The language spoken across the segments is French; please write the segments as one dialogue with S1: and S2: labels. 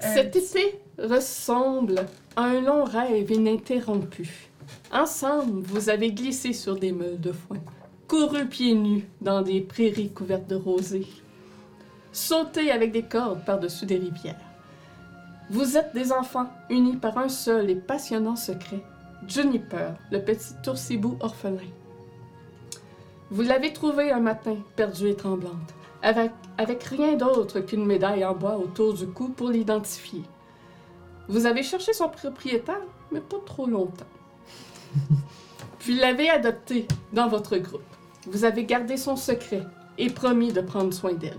S1: Cet été ressemble à un long rêve ininterrompu. Ensemble, vous avez glissé sur des meules de foin, couru pieds nus dans des prairies couvertes de rosée, sauté avec des cordes par-dessus des rivières. Vous êtes des enfants unis par un seul et passionnant secret, Juniper, le petit oursibou orphelin. Vous l'avez trouvé un matin, perdue et tremblante, avec, avec rien d'autre qu'une médaille en bois autour du cou pour l'identifier. Vous avez cherché son propriétaire, mais pas trop longtemps. Puis l'avez adopté dans votre groupe. Vous avez gardé son secret et promis de prendre soin d'elle.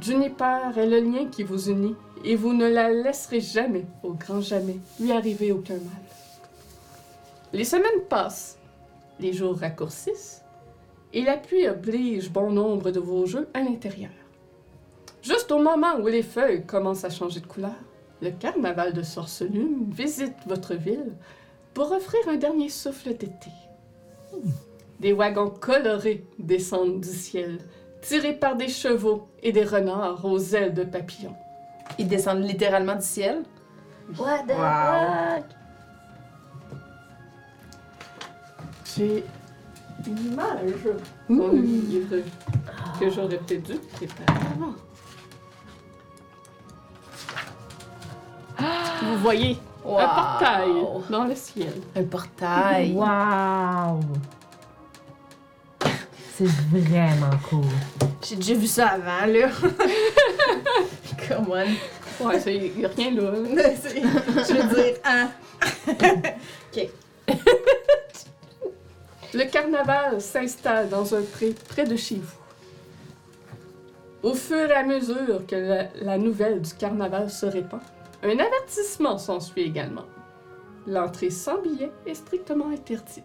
S1: Juniper est le lien qui vous unit et vous ne la laisserez jamais, au grand jamais, lui arriver aucun mal. Les semaines passent, les jours raccourcissent, et la pluie oblige bon nombre de vos jeux à l'intérieur. Juste au moment où les feuilles commencent à changer de couleur, le carnaval de Sorcelume visite votre ville pour offrir un dernier souffle d'été. Des wagons colorés descendent du ciel, tirés par des chevaux et des renards aux ailes de papillons.
S2: Ils descendent littéralement du ciel.
S3: What the
S2: Wow.
S3: fuck?
S1: J'ai une image dans le
S2: Ouh.
S1: livre que j'aurais peut-être dû préparer avant. Vous voyez
S2: Wow.
S1: un portail dans le ciel.
S2: Un portail.
S4: Wow! C'est vraiment cool.
S2: J'ai déjà vu ça avant, là. Come on.
S1: Ouais, il n'y a rien là.
S2: C'est- Je veux dire, hein.
S1: Le carnaval s'installe dans un pré près de chez vous. Au fur et à mesure que la, la nouvelle du carnaval se répand, un avertissement s'ensuit également. L'entrée sans billet est strictement interdite.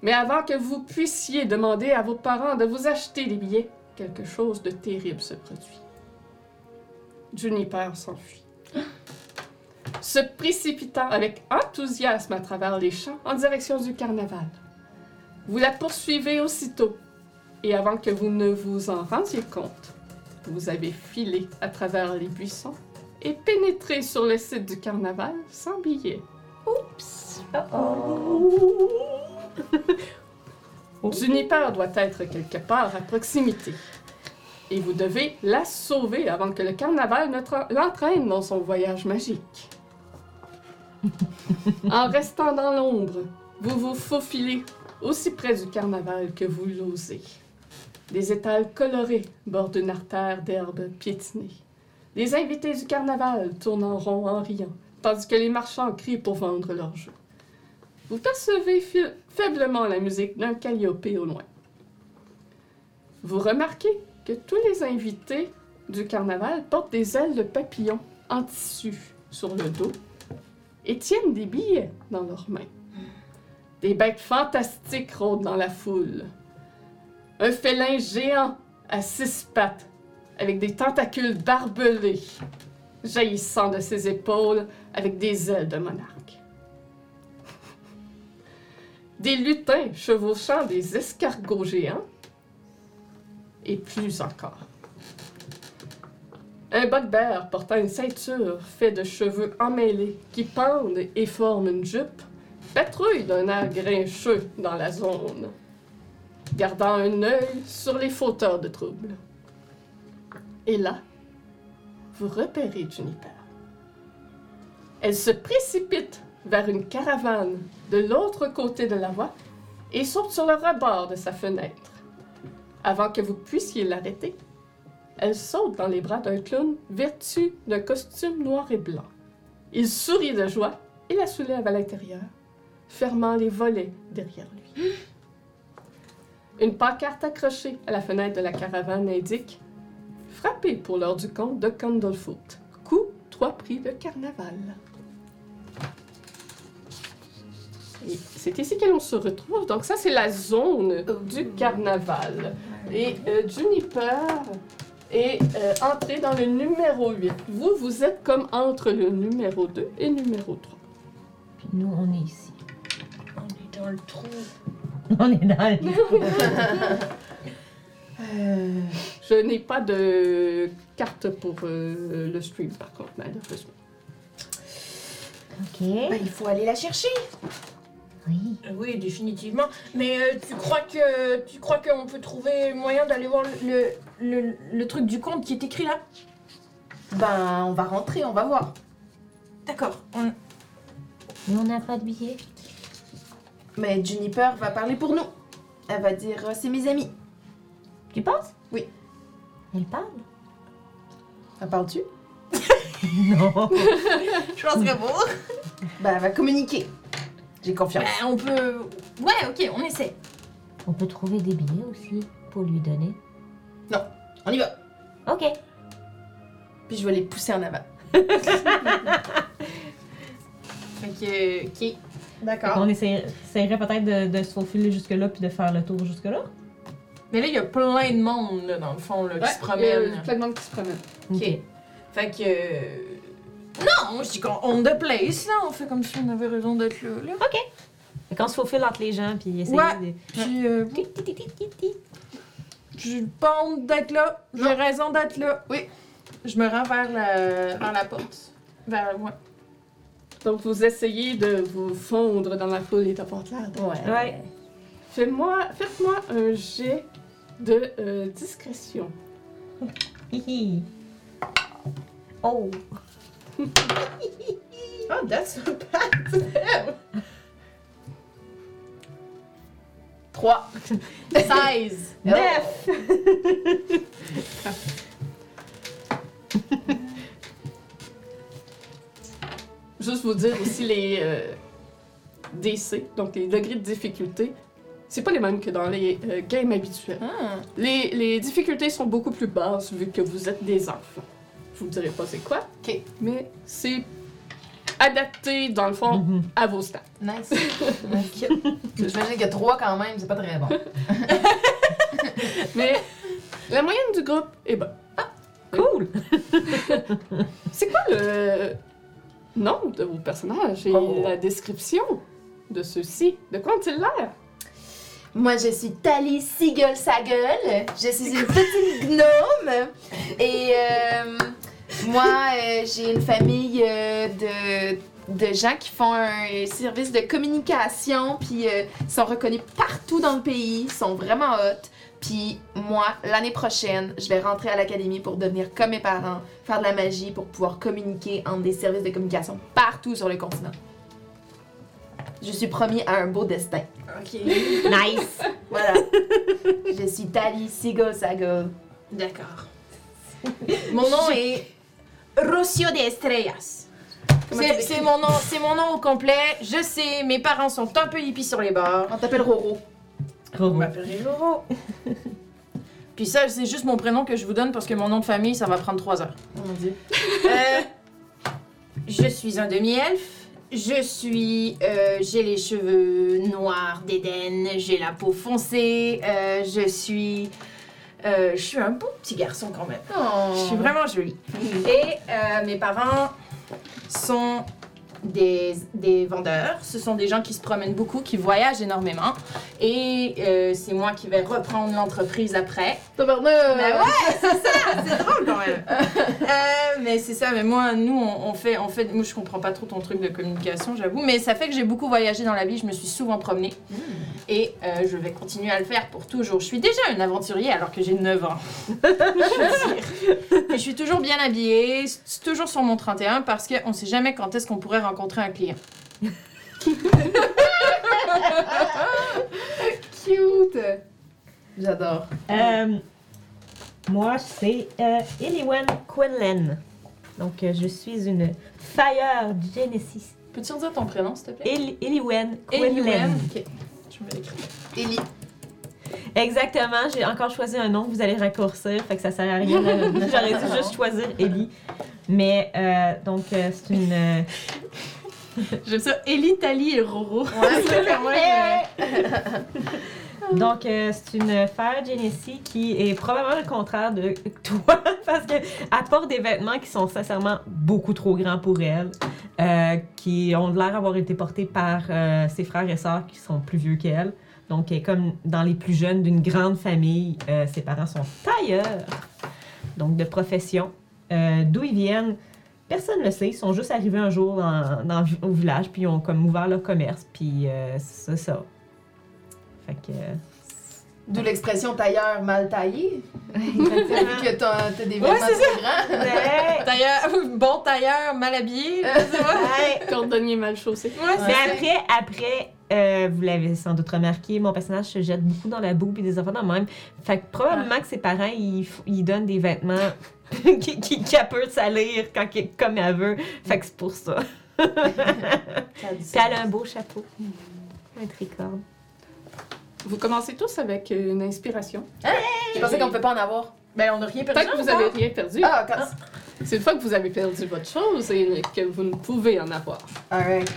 S1: Mais avant que vous puissiez demander à vos parents de vous acheter les billets, quelque chose de terrible se produit. Juniper s'enfuit. se précipitant avec enthousiasme à travers les champs en direction du carnaval. Vous la poursuivez aussitôt, et avant que vous ne vous en rendiez compte, vous avez filé à travers les buissons et pénétré sur le site du carnaval sans billet. Oups! Juniper doit être quelque part à proximité. Et vous devez la sauver avant que le carnaval ne tra- l'entraîne dans son voyage magique. en restant dans l'ombre, vous vous faufilez aussi près du carnaval que vous l'osez. Des étals colorés bordent une artère d'herbe piétinée. Les invités du carnaval tournent en rond en riant, tandis que les marchands crient pour vendre leurs jeux. Vous percevez fi- faiblement la musique d'un calliope au loin. Vous remarquez que tous les invités du carnaval portent des ailes de papillon en tissu sur le dos et tiennent des billets dans leurs mains. Des bêtes fantastiques rôdent dans la foule. Un félin géant à six pattes, avec des tentacules barbelés, jaillissant de ses épaules avec des ailes de monarque. Des lutins chevauchant des escargots géants et plus encore. Un bugbear portant une ceinture faite de cheveux emmêlés qui pendent et forment une jupe patrouille d'un air grincheux dans la zone, gardant un œil sur les fauteurs de troubles. Et là, vous repérez Juniper. Elle se précipite vers une caravane de l'autre côté de la voie et saute sur le rebord de sa fenêtre. Avant que vous puissiez l'arrêter, elle saute dans les bras d'un clown vêtu d'un costume noir et blanc. Il sourit de joie et la soulève à l'intérieur, fermant les volets derrière lui. Une pancarte accrochée à la fenêtre de la caravane indique Frappé pour l'heure du compte de Candlefoot. Coût trois prix de carnaval. Et c'est ici que l'on se retrouve. Donc, ça, c'est la zone du carnaval. Et euh, Juniper est euh, entrée dans le numéro 8. Vous, vous êtes comme entre le numéro 2 et numéro 3.
S4: Puis nous, on est ici.
S3: On est dans le trou.
S4: On est dans le...
S2: Euh,
S1: Je n'ai pas de carte pour euh, le stream, par contre, malheureusement.
S4: Ok.
S2: ben, il faut aller la chercher.
S4: Oui.
S3: Oui, définitivement. Mais euh, tu crois que tu crois qu'on peut trouver moyen d'aller voir le, le, le truc du compte qui est écrit là
S2: Ben, on va rentrer, on va voir.
S3: D'accord. On-
S4: Mais on n'a pas de billet.
S2: Mais Juniper va parler pour nous. Elle va dire euh, c'est mes amis.
S4: Tu penses
S2: Oui.
S4: Elle parle
S2: Elle parle-tu
S4: Non.
S3: Je pense que bon.
S2: Ben, elle va communiquer. J'ai confiance.
S3: Bah, on peut. Ouais, ok, on essaie.
S4: on peut trouver des billets aussi pour lui donner.
S2: On y va.
S4: Ok.
S2: Puis je vais les pousser en avant.
S3: Ok, ok.
S2: D'accord.
S5: On essayer- essayerait peut-être de, de se faufiler jusque-là puis de faire le tour jusque-là.
S3: Mais là, il y a plein de monde là, dans le fond là, qui se promène.
S1: plein de monde qui se promène.
S3: Ok. Fait que. euh, Non, je dis qu'on on the place là, on fait comme si on avait raison d'être là. là.
S5: Fait qu'on se faufile entre les gens puis essayer
S3: Ouais.
S5: de...
S3: Puis, euh, bon, j'ai pas honte d'être là, j'ai raison d'être là. Oui. Je me rends vers la, vers la porte. Vers moi.
S1: Donc, vous essayez de vous fondre dans la foule et d'avoir de l'air drôle.
S2: Ouais.
S5: Ouais.
S1: Fais-moi, faites-moi un jet de euh, discrétion.
S5: Hi, hi. Oh!
S2: Oh, that's so bad. 3.
S3: 16!
S5: Neuf!
S1: Juste vous dire aussi les euh, DC, donc les degrés de difficulté. C'est pas les mêmes que dans les euh, games habituels.
S3: Ah.
S2: Hmm,
S1: Les, les difficultés sont beaucoup plus basses vu que vous êtes des enfants. Je vous dirai pas c'est quoi,
S2: Ok.
S1: mais c'est adapté dans le fond
S4: Mhm.
S1: à vos stats.
S2: Nice. J'imagine que 3 quand même, c'est pas très bon.
S1: Mais la moyenne du groupe est bonne.
S5: Cool!
S1: C'est quoi le nom de vos personnages et
S2: Oh.
S1: la description de ceux-ci? De quoi ont-ils l'air?
S2: Moi, je suis Tali Seagull Sagueule. Je suis une petite gnome. Et euh, moi, euh, j'ai une famille euh, de, de gens qui font un service de communication, puis euh, ils sont reconnus partout dans le pays, ils sont vraiment hot. Puis moi, l'année prochaine, je vais rentrer à l'académie pour devenir comme mes parents, faire de la magie pour pouvoir communiquer entre des services de communication partout sur le continent. Je suis promis à un beau destin.
S3: Ok.
S5: Nice!
S2: Voilà. je suis Tali Sigo Sago.
S3: D'accord. Mon nom est Rocio de Estrellas.
S2: Comment
S3: C'est-
S2: tu
S3: C'est mon, nom- c'est mon nom au complet. Je sais, mes parents sont un peu hippies sur les bords.
S2: On t'appelle Roro.
S5: Roro.
S3: On m'appellerait Roro. Puis ça, c'est juste mon prénom que je vous donne parce que mon nom de famille, ça va prendre trois heures.
S2: Oh mon dieu.
S3: Euh, je suis un demi-elfe. Je suis. euh, j'ai les cheveux noirs d'Éden. J'ai la peau foncée. euh, je suis. euh, je suis un beau petit garçon quand même.
S6: Oh.
S3: Je suis vraiment jolie. Et euh, mes parents sont des, des vendeurs. Ce sont des gens qui se promènent beaucoup, qui voyagent énormément. Et euh, c'est moi qui vais reprendre l'entreprise après.
S1: Tabarnak!
S3: Ben ouais, c'est ça, c'est drôle quand même. Euh, mais c'est ça, mais moi, nous, on, on fait, on fait, moi, je comprends pas trop ton truc de communication, j'avoue, mais ça fait que j'ai beaucoup voyagé dans la vie, je me suis souvent promenée et euh, je vais continuer à le faire pour toujours. Je suis déjà une aventurière alors que j'ai 9 ans. Je veux dire. Et je suis toujours bien habillée, c'est toujours sur mon 31 parce qu'on sait jamais quand est-ce qu'on pourrait rencontrer un client.
S2: cute. J'adore.
S5: Euh, moi, c'est euh, Eliwen Quinlan. Donc, euh, je suis une Fire Genesis.
S3: Peux-tu redire ton prénom, s'il te plaît?
S5: Eli- Eliwen Quinlan.
S3: Eliwen. Ok, je me l'écris.
S2: Ellie.
S5: Exactement, j'ai encore choisi un nom que vous allez raccourcir, fait que ça sert à rien. de- J'aurais dû juste choisir Ellie. Mais euh, donc, euh, c'est une. euh,
S3: J'aime ça, Ellie, Tali et Roro.
S2: Ouais, c'est quand même,
S5: Eh Donc, euh, c'est une Fire Genesee qui est probablement le contraire de toi, parce qu'elle porte des vêtements qui sont sincèrement beaucoup trop grands pour elle, euh, qui ont l'air d'avoir été portés par euh, ses frères et sœurs qui sont plus vieux qu'elle. Donc, elle est comme dans les plus jeunes d'une grande famille. Euh, ses parents sont tailleurs, donc de profession. Euh, D'où ils viennent, personne ne le sait. Ils sont juste arrivés un jour dans- dans- au village, puis ils ont comme ouvert leur commerce, puis euh, c'est ça. Fait que.
S2: D'où l'expression tailleur mal taillé. Vu que t'as t'as des vêtements
S6: Ouais, c'est
S2: très grands.
S5: euh, Ouais.
S6: Tailleur, bon tailleur, mal habillé. là, c'est vrai.
S5: Ouais.
S1: Cordonnier mal chaussé.
S6: Ouais,
S2: Ouais.
S6: c'est-
S5: Mais après, après, euh, vous l'avez sans doute remarqué, mon personnage se jette beaucoup dans la boue puis des enfants dans le même. Fait que probablement que ses parents, ils, f- ils donnent des vêtements qui, qui, qu'elle peut salir quand, qu'elle- comme elle veut. Fait que c'est pour ça. Puis elle a un beau chapeau. Un tricorne.
S1: Vous commencez tous avec une inspiration.
S2: Je pensais qu'on ne peut pas en avoir.
S3: Ben, on n'a rien perdu.
S1: Tant que vous
S3: encore.
S1: avez rien perdu,
S2: Ah, quand.
S1: c'est une fois que vous avez perdu votre chose et que vous ne pouvez en avoir.
S2: Alright.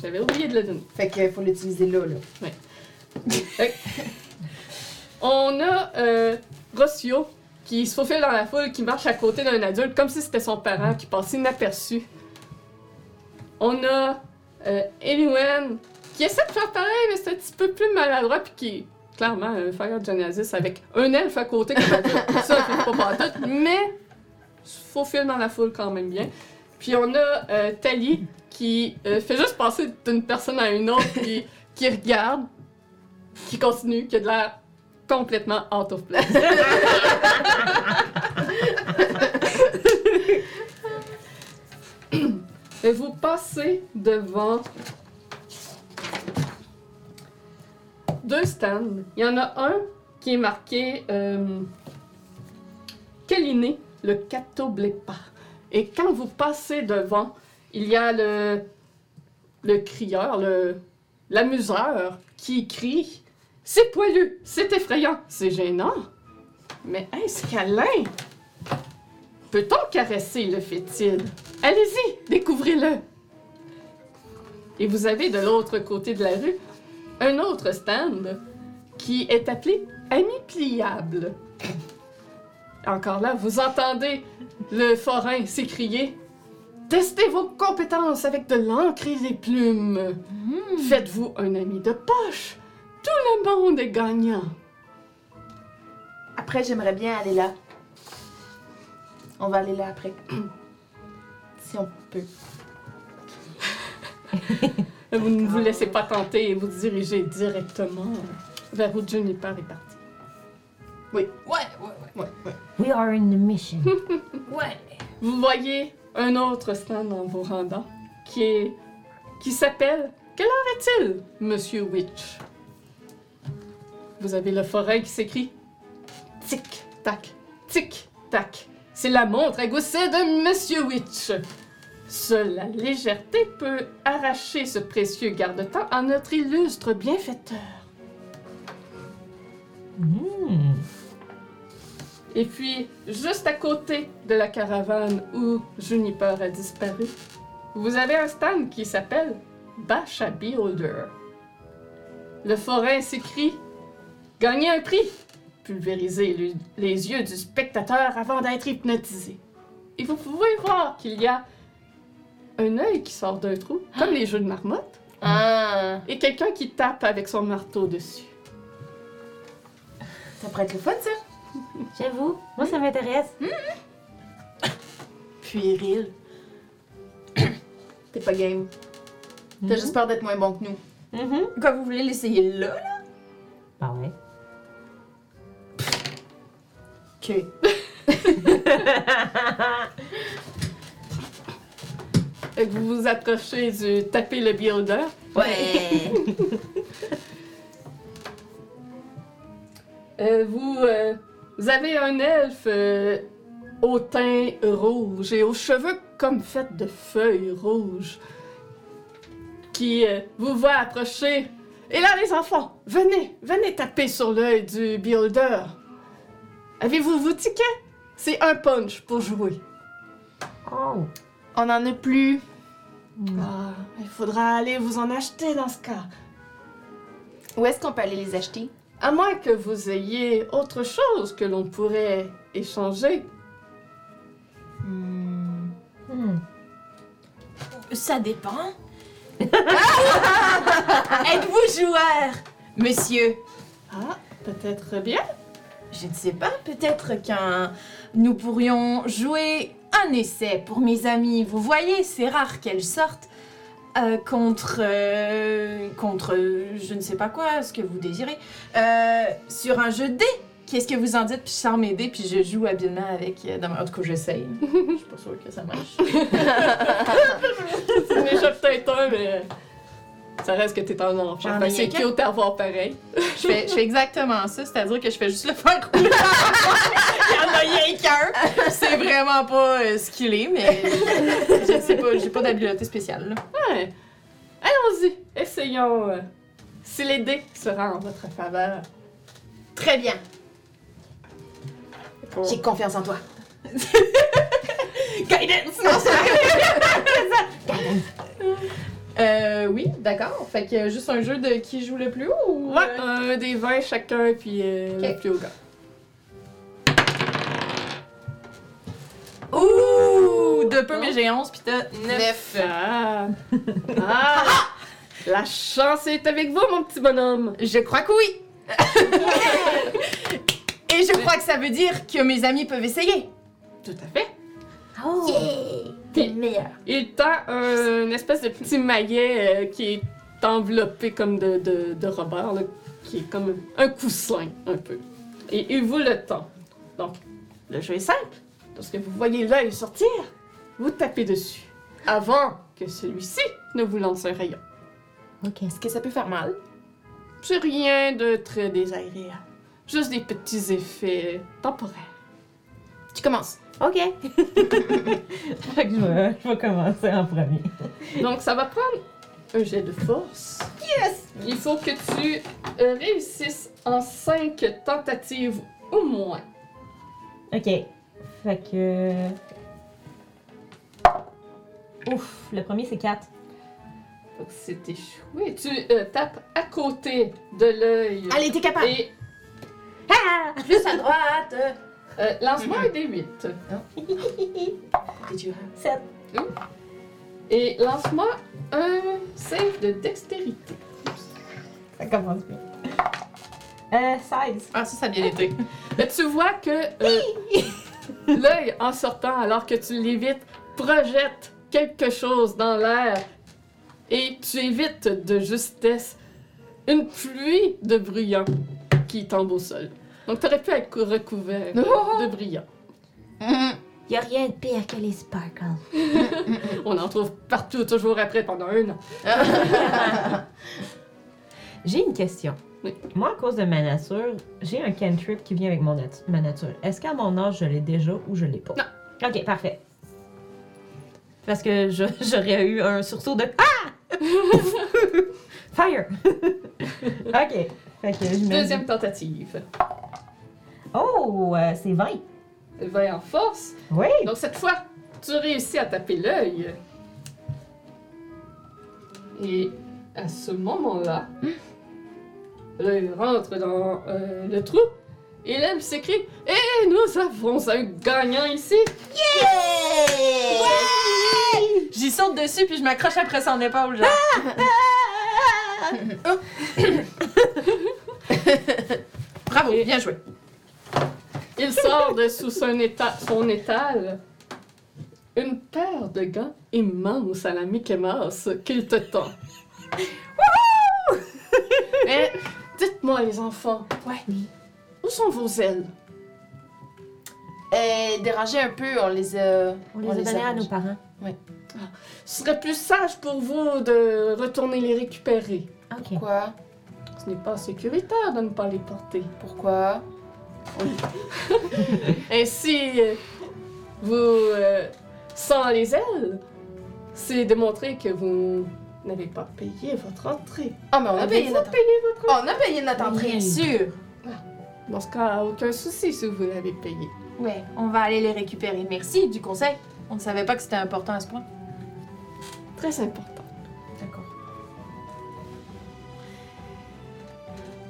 S1: J'avais oublié de le donner.
S2: Fait qu'il faut l'utiliser là, là.
S1: On a euh, Rossio qui se faufile dans la foule, qui marche à côté d'un adulte comme si c'était son parent, qui passe inaperçu. On a euh, Eliwen qui essaie de faire pareil, mais c'est un petit peu plus maladroit, puis qui est clairement un fire Genesis avec un elfe à côté comme adulte. Ça, elle fait pas tout, mais se faufile dans la foule quand même bien. Puis on a euh, Tali qui euh, fait juste passer d'une personne à une autre, qui, qui regarde, qui continue, qui a de l'air complètement out of place. Et vous passez devant deux stands. Il y en a un qui est marqué euh, Kaliné, le Katoblepa. Et quand vous passez devant, il y a le, le crieur, le, l'amuseur qui crie c'est poilu, c'est effrayant, c'est gênant. Mais est-ce câlin? Peut-on caresser le fait-il? Allez-y, découvrez-le. Et vous avez de l'autre côté de la rue un autre stand qui est appelé Ami pliable. Encore là, vous entendez le forain s'écrier Testez vos compétences avec de l'encre et des plumes. Faites-vous un ami de poche. Le monde est gagnant.
S2: Après, j'aimerais bien aller là. On va aller là après. si on peut.
S1: Vous ne vous laissez pas tenter et vous dirigez directement vers où Juniper est parti.
S6: Ouais, ouais, ouais.
S4: We are in a mission.
S6: Ouais.
S1: Vous voyez un autre stand en vous rendant qui est qui s'appelle Quelle heure est-il, Monsieur Witch Vous avez le forêt qui s'écrit Tic tac, tic tac. C'est la montre à gousset de Monsieur Witch. Seule la légèreté peut arracher ce précieux garde-temps à notre illustre bienfaiteur.
S5: Hmm.
S1: Et puis, juste à côté de la caravane où Juniper a disparu, vous avez un stand qui s'appelle Bacha Beholder. Le forain s'écrit Gagnez un prix Pulvérisez le- les yeux du spectateur avant d'être hypnotisé. Et vous pouvez voir qu'il y a un œil qui sort d'un trou, comme les jeux de marmotte,
S2: Ah,
S1: et quelqu'un qui tape avec son marteau dessus.
S2: ça pourrait être le fun, ça.
S4: J'avoue, moi ça m'intéresse.
S5: Hmm.
S2: Puéril. T'es pas game. T'as
S4: Hmm.
S2: juste peur d'être moins bon que nous.
S5: Mhm.
S6: Quand vous voulez l'essayer là, là?
S4: Bah ouais.
S2: Ok.
S1: Fait que vous vous approchez du taper le builder.
S6: Ouais.
S1: Euh, vous, euh, vous avez un elfe euh, au teint rouge et aux cheveux comme faits de feuilles rouges qui euh, vous voit approcher. Et là, les enfants, venez, venez taper sur l'œil du builder. Avez-vous vos tickets? C'est un punch pour jouer.
S4: Oh,
S2: On en a plus.
S1: Ah, il faudra aller vous en acheter dans ce cas.
S2: Où est-ce qu'on peut aller les acheter?
S1: À moins que vous ayez autre chose que l'on pourrait échanger.
S4: Hmm.
S5: Hmm.
S6: Ça dépend.
S3: Êtes-vous joueur, monsieur
S1: Ah, peut-être bien.
S3: Je ne sais pas, peut-être qu'un. Nous pourrions jouer un essai pour mes amis. Vous voyez, c'est rare qu'elles sortent euh, contre. euh, contre. euh, je ne sais pas quoi, ce que vous désirez. euh, sur un jeu de dés. Qu'est-ce que vous en dites? Puis je sors mes dés, puis je joue habilement avec. euh, dans ma- En tout cas, j'essaye. Je suis pas sûre que ça marche.
S1: Tu m'échappes peut-être un, mais ça reste que t'es un enfant.
S3: J'en
S1: Fait
S3: ai
S1: que c'est
S3: rien
S1: cute à voir pareil.
S3: Je fais, je fais exactement ça, c'est-à-dire que je fais juste le faire rouler. Il y en a rien qu'un. C'est vraiment pas euh, ce qu'il est, mais je sais pas, j'ai pas d'habileté spéciale. là.
S1: Ouais. Allons-y, essayons. euh, si les dés sera en votre faveur.
S3: Très bien.
S4: Oh.
S1: Pour-
S2: J'ai confiance en toi.
S3: Guidance! Non, c'est vrai. Euh, oui, d'accord. Fait que euh, juste un jeu de qui joue le plus haut ou.
S1: Ouais,
S3: euh,
S1: un des 20 chacun, puis euh,
S3: Ok.
S1: le plus haut gars.
S3: Ouh! De peu, mais j'ai 11 pis t'as 9.
S2: Neuf.
S1: Ah. Ah. La chance est avec vous, mon petit bonhomme.
S3: Je crois que oui! Et je crois que ça veut dire que mes amis peuvent essayer.
S1: Tout à fait.
S4: Oh! T'es le meilleur.
S1: Il tend un- une espèce de petit maillet euh, qui est enveloppé comme de, de, de Robert, là, qui est comme un coussin, un peu. Et il vous le tend. Donc, le jeu est simple. Lorsque vous voyez l'œil sortir, vous tapez dessus. Avant que celui-ci ne vous lance un rayon.
S4: Ok.
S2: Est-ce que ça peut faire mal?
S1: C'est rien de très désagréable. Juste des petits effets temporaires.
S2: Tu commences.
S5: Ok. fait que je vais, je vais commencer en premier.
S1: Donc, ça va prendre un jet de force. Yes! Il faut que tu euh, réussisses en cinq tentatives au moins.
S5: Ok. Fait que. Ouf, le premier c'est 4.
S1: Fait que c'est échoué. Tu euh, tapes à côté de l'œil.
S2: Allez, t'es capable.
S1: Et
S5: Ah!
S6: Plus à droite.
S1: euh, lance-moi un D8.
S5: 7.
S1: Et lance-moi un save de dextérité.
S5: Ça commence bien. Euh, 16.
S3: Ah, ça, ça a bien été.
S1: Là, Ben, tu vois que euh, l'œil, en sortant alors que tu l'évites, projette quelque chose dans l'air et tu évites de justesse une pluie de bruyants qui tombe au sol. Donc, t'aurais pu être cou- recouvert de bruyants.
S4: Y a rien de pire que les sparkles.
S1: On en trouve partout, toujours après, pendant un an.
S5: J'ai une question.
S1: Oui.
S5: Moi, à cause de ma nature, j'ai un cantrip qui vient avec mon nat- ma nature. Est-ce qu'à mon âge, je l'ai déjà ou je l'ai pas? Non. Ok, parfait. Parce que je- j'aurais eu un sursaut de Ah! Fire! ok. Fait que je me
S1: Deuxième tentative.
S5: Oh, euh, c'est 20.
S1: Va en force.
S5: Oui.
S1: Donc, cette fois, tu réussis à taper l'œil. Et à ce moment-là, l'œil rentre dans euh, le trou et l'homme s'écrie Et nous avons un gagnant ici
S3: J'y saute dessus puis je m'accroche après son épaule, genre. Oh. Bravo, bien joué.
S1: Il sort de sous son, éta- son étal une paire de gants immenses à la Mickey Mouse qu'il te tend. Mais Eh, dites-moi, les enfants, où sont vos ailes
S2: Euh, déranger un peu, on les a.
S4: On les a donnés à
S2: arrange.
S4: nos parents.
S1: Ce serait plus sage pour vous de retourner les récupérer.
S4: Ok.
S2: Pourquoi?
S1: Ce n'est pas sécuritaire de ne pas les porter.
S2: Pourquoi?
S1: Ainsi, euh, vous, euh, sans les ailes, c'est démontrer que vous n'avez pas payé votre entrée.
S2: Ah, mais on a payé
S1: Avez-vous
S2: notre.
S1: payé
S2: On a payé notre entrée.
S4: Bien
S2: sûr.
S1: votre- Dans ce cas, aucun souci si vous l'avez payé.
S3: Ouais, on va aller les récupérer. Merci du conseil. On ne savait pas que c'était important à ce point.
S1: Très important.
S3: D'accord.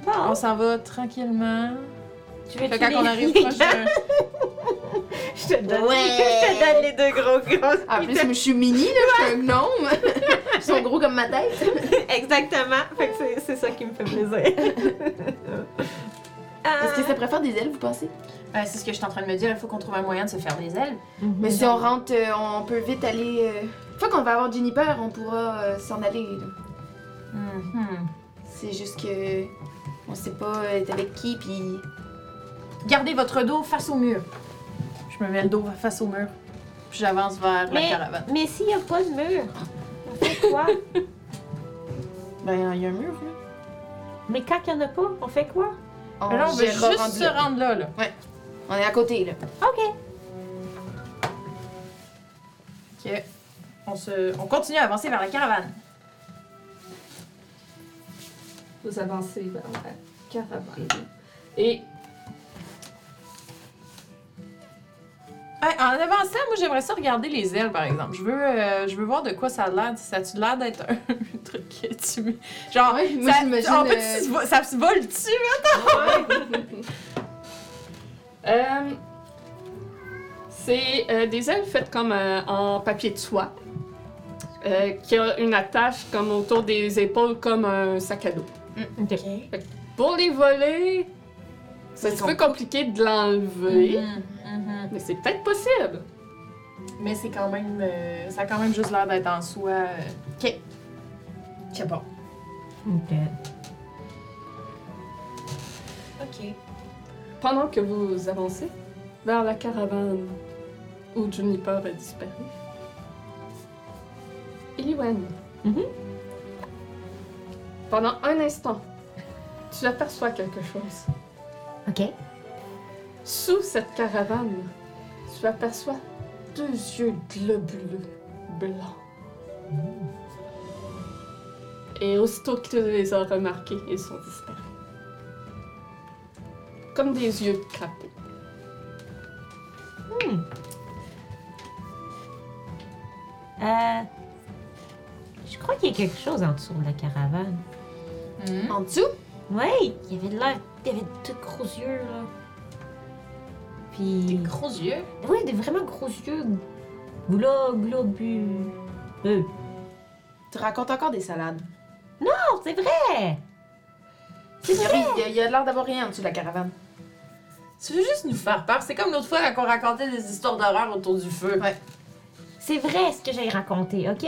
S3: On s'en va tranquillement.
S4: Tu veux
S3: Fait
S4: tu
S3: que quand on
S4: les-
S3: arrive proche d'un-
S5: Je te donne,
S2: Ouais.
S5: je te donne les deux gros gros.
S2: En plus, je suis mini, là, je suis un gnome.
S3: Je
S2: sont gros comme ma tête.
S5: Exactement. Fait que c'est- c'est ça qui me fait plaisir.
S2: Est-ce que ça préfère des ailes, vous pensez?
S3: Euh, c'est ce que je suis en train de me dire. Il faut qu'on trouve un moyen de se faire des ailes.
S2: Mais si on rentre, euh, on peut vite aller. euh, Une fois qu'on va avoir Juniper, on pourra euh, s'en aller. là.
S3: Mhm.
S2: C'est juste que. On sait pas euh, être avec qui, puis.
S3: Gardez votre dos face au mur. Je me mets le dos face au mur. Puis j'avance vers la
S5: Mais-
S3: caravane.
S5: Mais s'il n'y a pas de mur, on fait quoi?
S2: Ben, il y a un mur, là.
S5: Mais quand il n'y en a pas, on fait quoi?
S2: On,
S3: Mais là, on veut
S2: gérera
S3: juste
S2: rendu
S3: se
S2: là.
S3: rendre là, là.
S2: On est à côté, là.
S5: OK.
S3: Ok. On, se... on continue à avancer vers la caravane.
S6: Vous avancez vers la caravane. Et
S3: Ouais, en avançant, moi, j'aimerais ça regarder les ailes, par exemple. Je veux, euh, je veux voir de quoi ça a l'air. Ça a-tu l'air d'être un truc que tu mets- Genre,
S2: Ouais, moi,
S3: ça,
S2: j'imagine,
S3: en fait,
S2: euh,
S3: tu se vo- ça se vole dessus,
S1: Euh, c'est euh, des ailes faites comme euh, en papier de soie, euh, qui a une attache comme autour des épaules comme un sac à dos.
S5: OK.
S1: Pour les voler, c'est
S2: Ils
S1: un
S2: sont-
S1: peu compliqué de l'enlever,
S3: Mhm, mhm.
S1: mais c'est peut-être possible.
S3: Mais c'est quand même. euh, ça a quand même juste l'air d'être en soi. euh, Ok. Je sais pas.
S5: OK.
S3: Ok.
S1: Pendant que vous avancez vers la caravane où Juniper a disparu, Iliwen,
S5: Mhm.
S1: pendant un instant, tu aperçois quelque chose.
S4: OK.
S1: Sous cette caravane, tu aperçois deux yeux globuleux blancs. Et aussitôt que tu les as remarqués, ils sont disparus. Comme des yeux de crapaud.
S5: Euh, je crois qu'il y a quelque chose en dessous de la caravane.
S3: Mm-hmm.
S2: En dessous?
S5: Oui, il y avait de l'air... Il y avait de gros yeux, là. Puis...
S3: Gros yeux.
S5: Oui, des vraiment gros yeux. Glo... Globu... Euh,
S2: Tu racontes encore des salades.
S5: Non, c'est vrai!
S2: C'est vrai! Il y a- il y a l'air d'avoir rien en dessous de la caravane.
S3: Tu veux juste nous faire peur. C'est comme l'autre fois quand on racontait des histoires d'horreur autour du feu.
S5: C'est vrai ce que j'ai raconté, OK?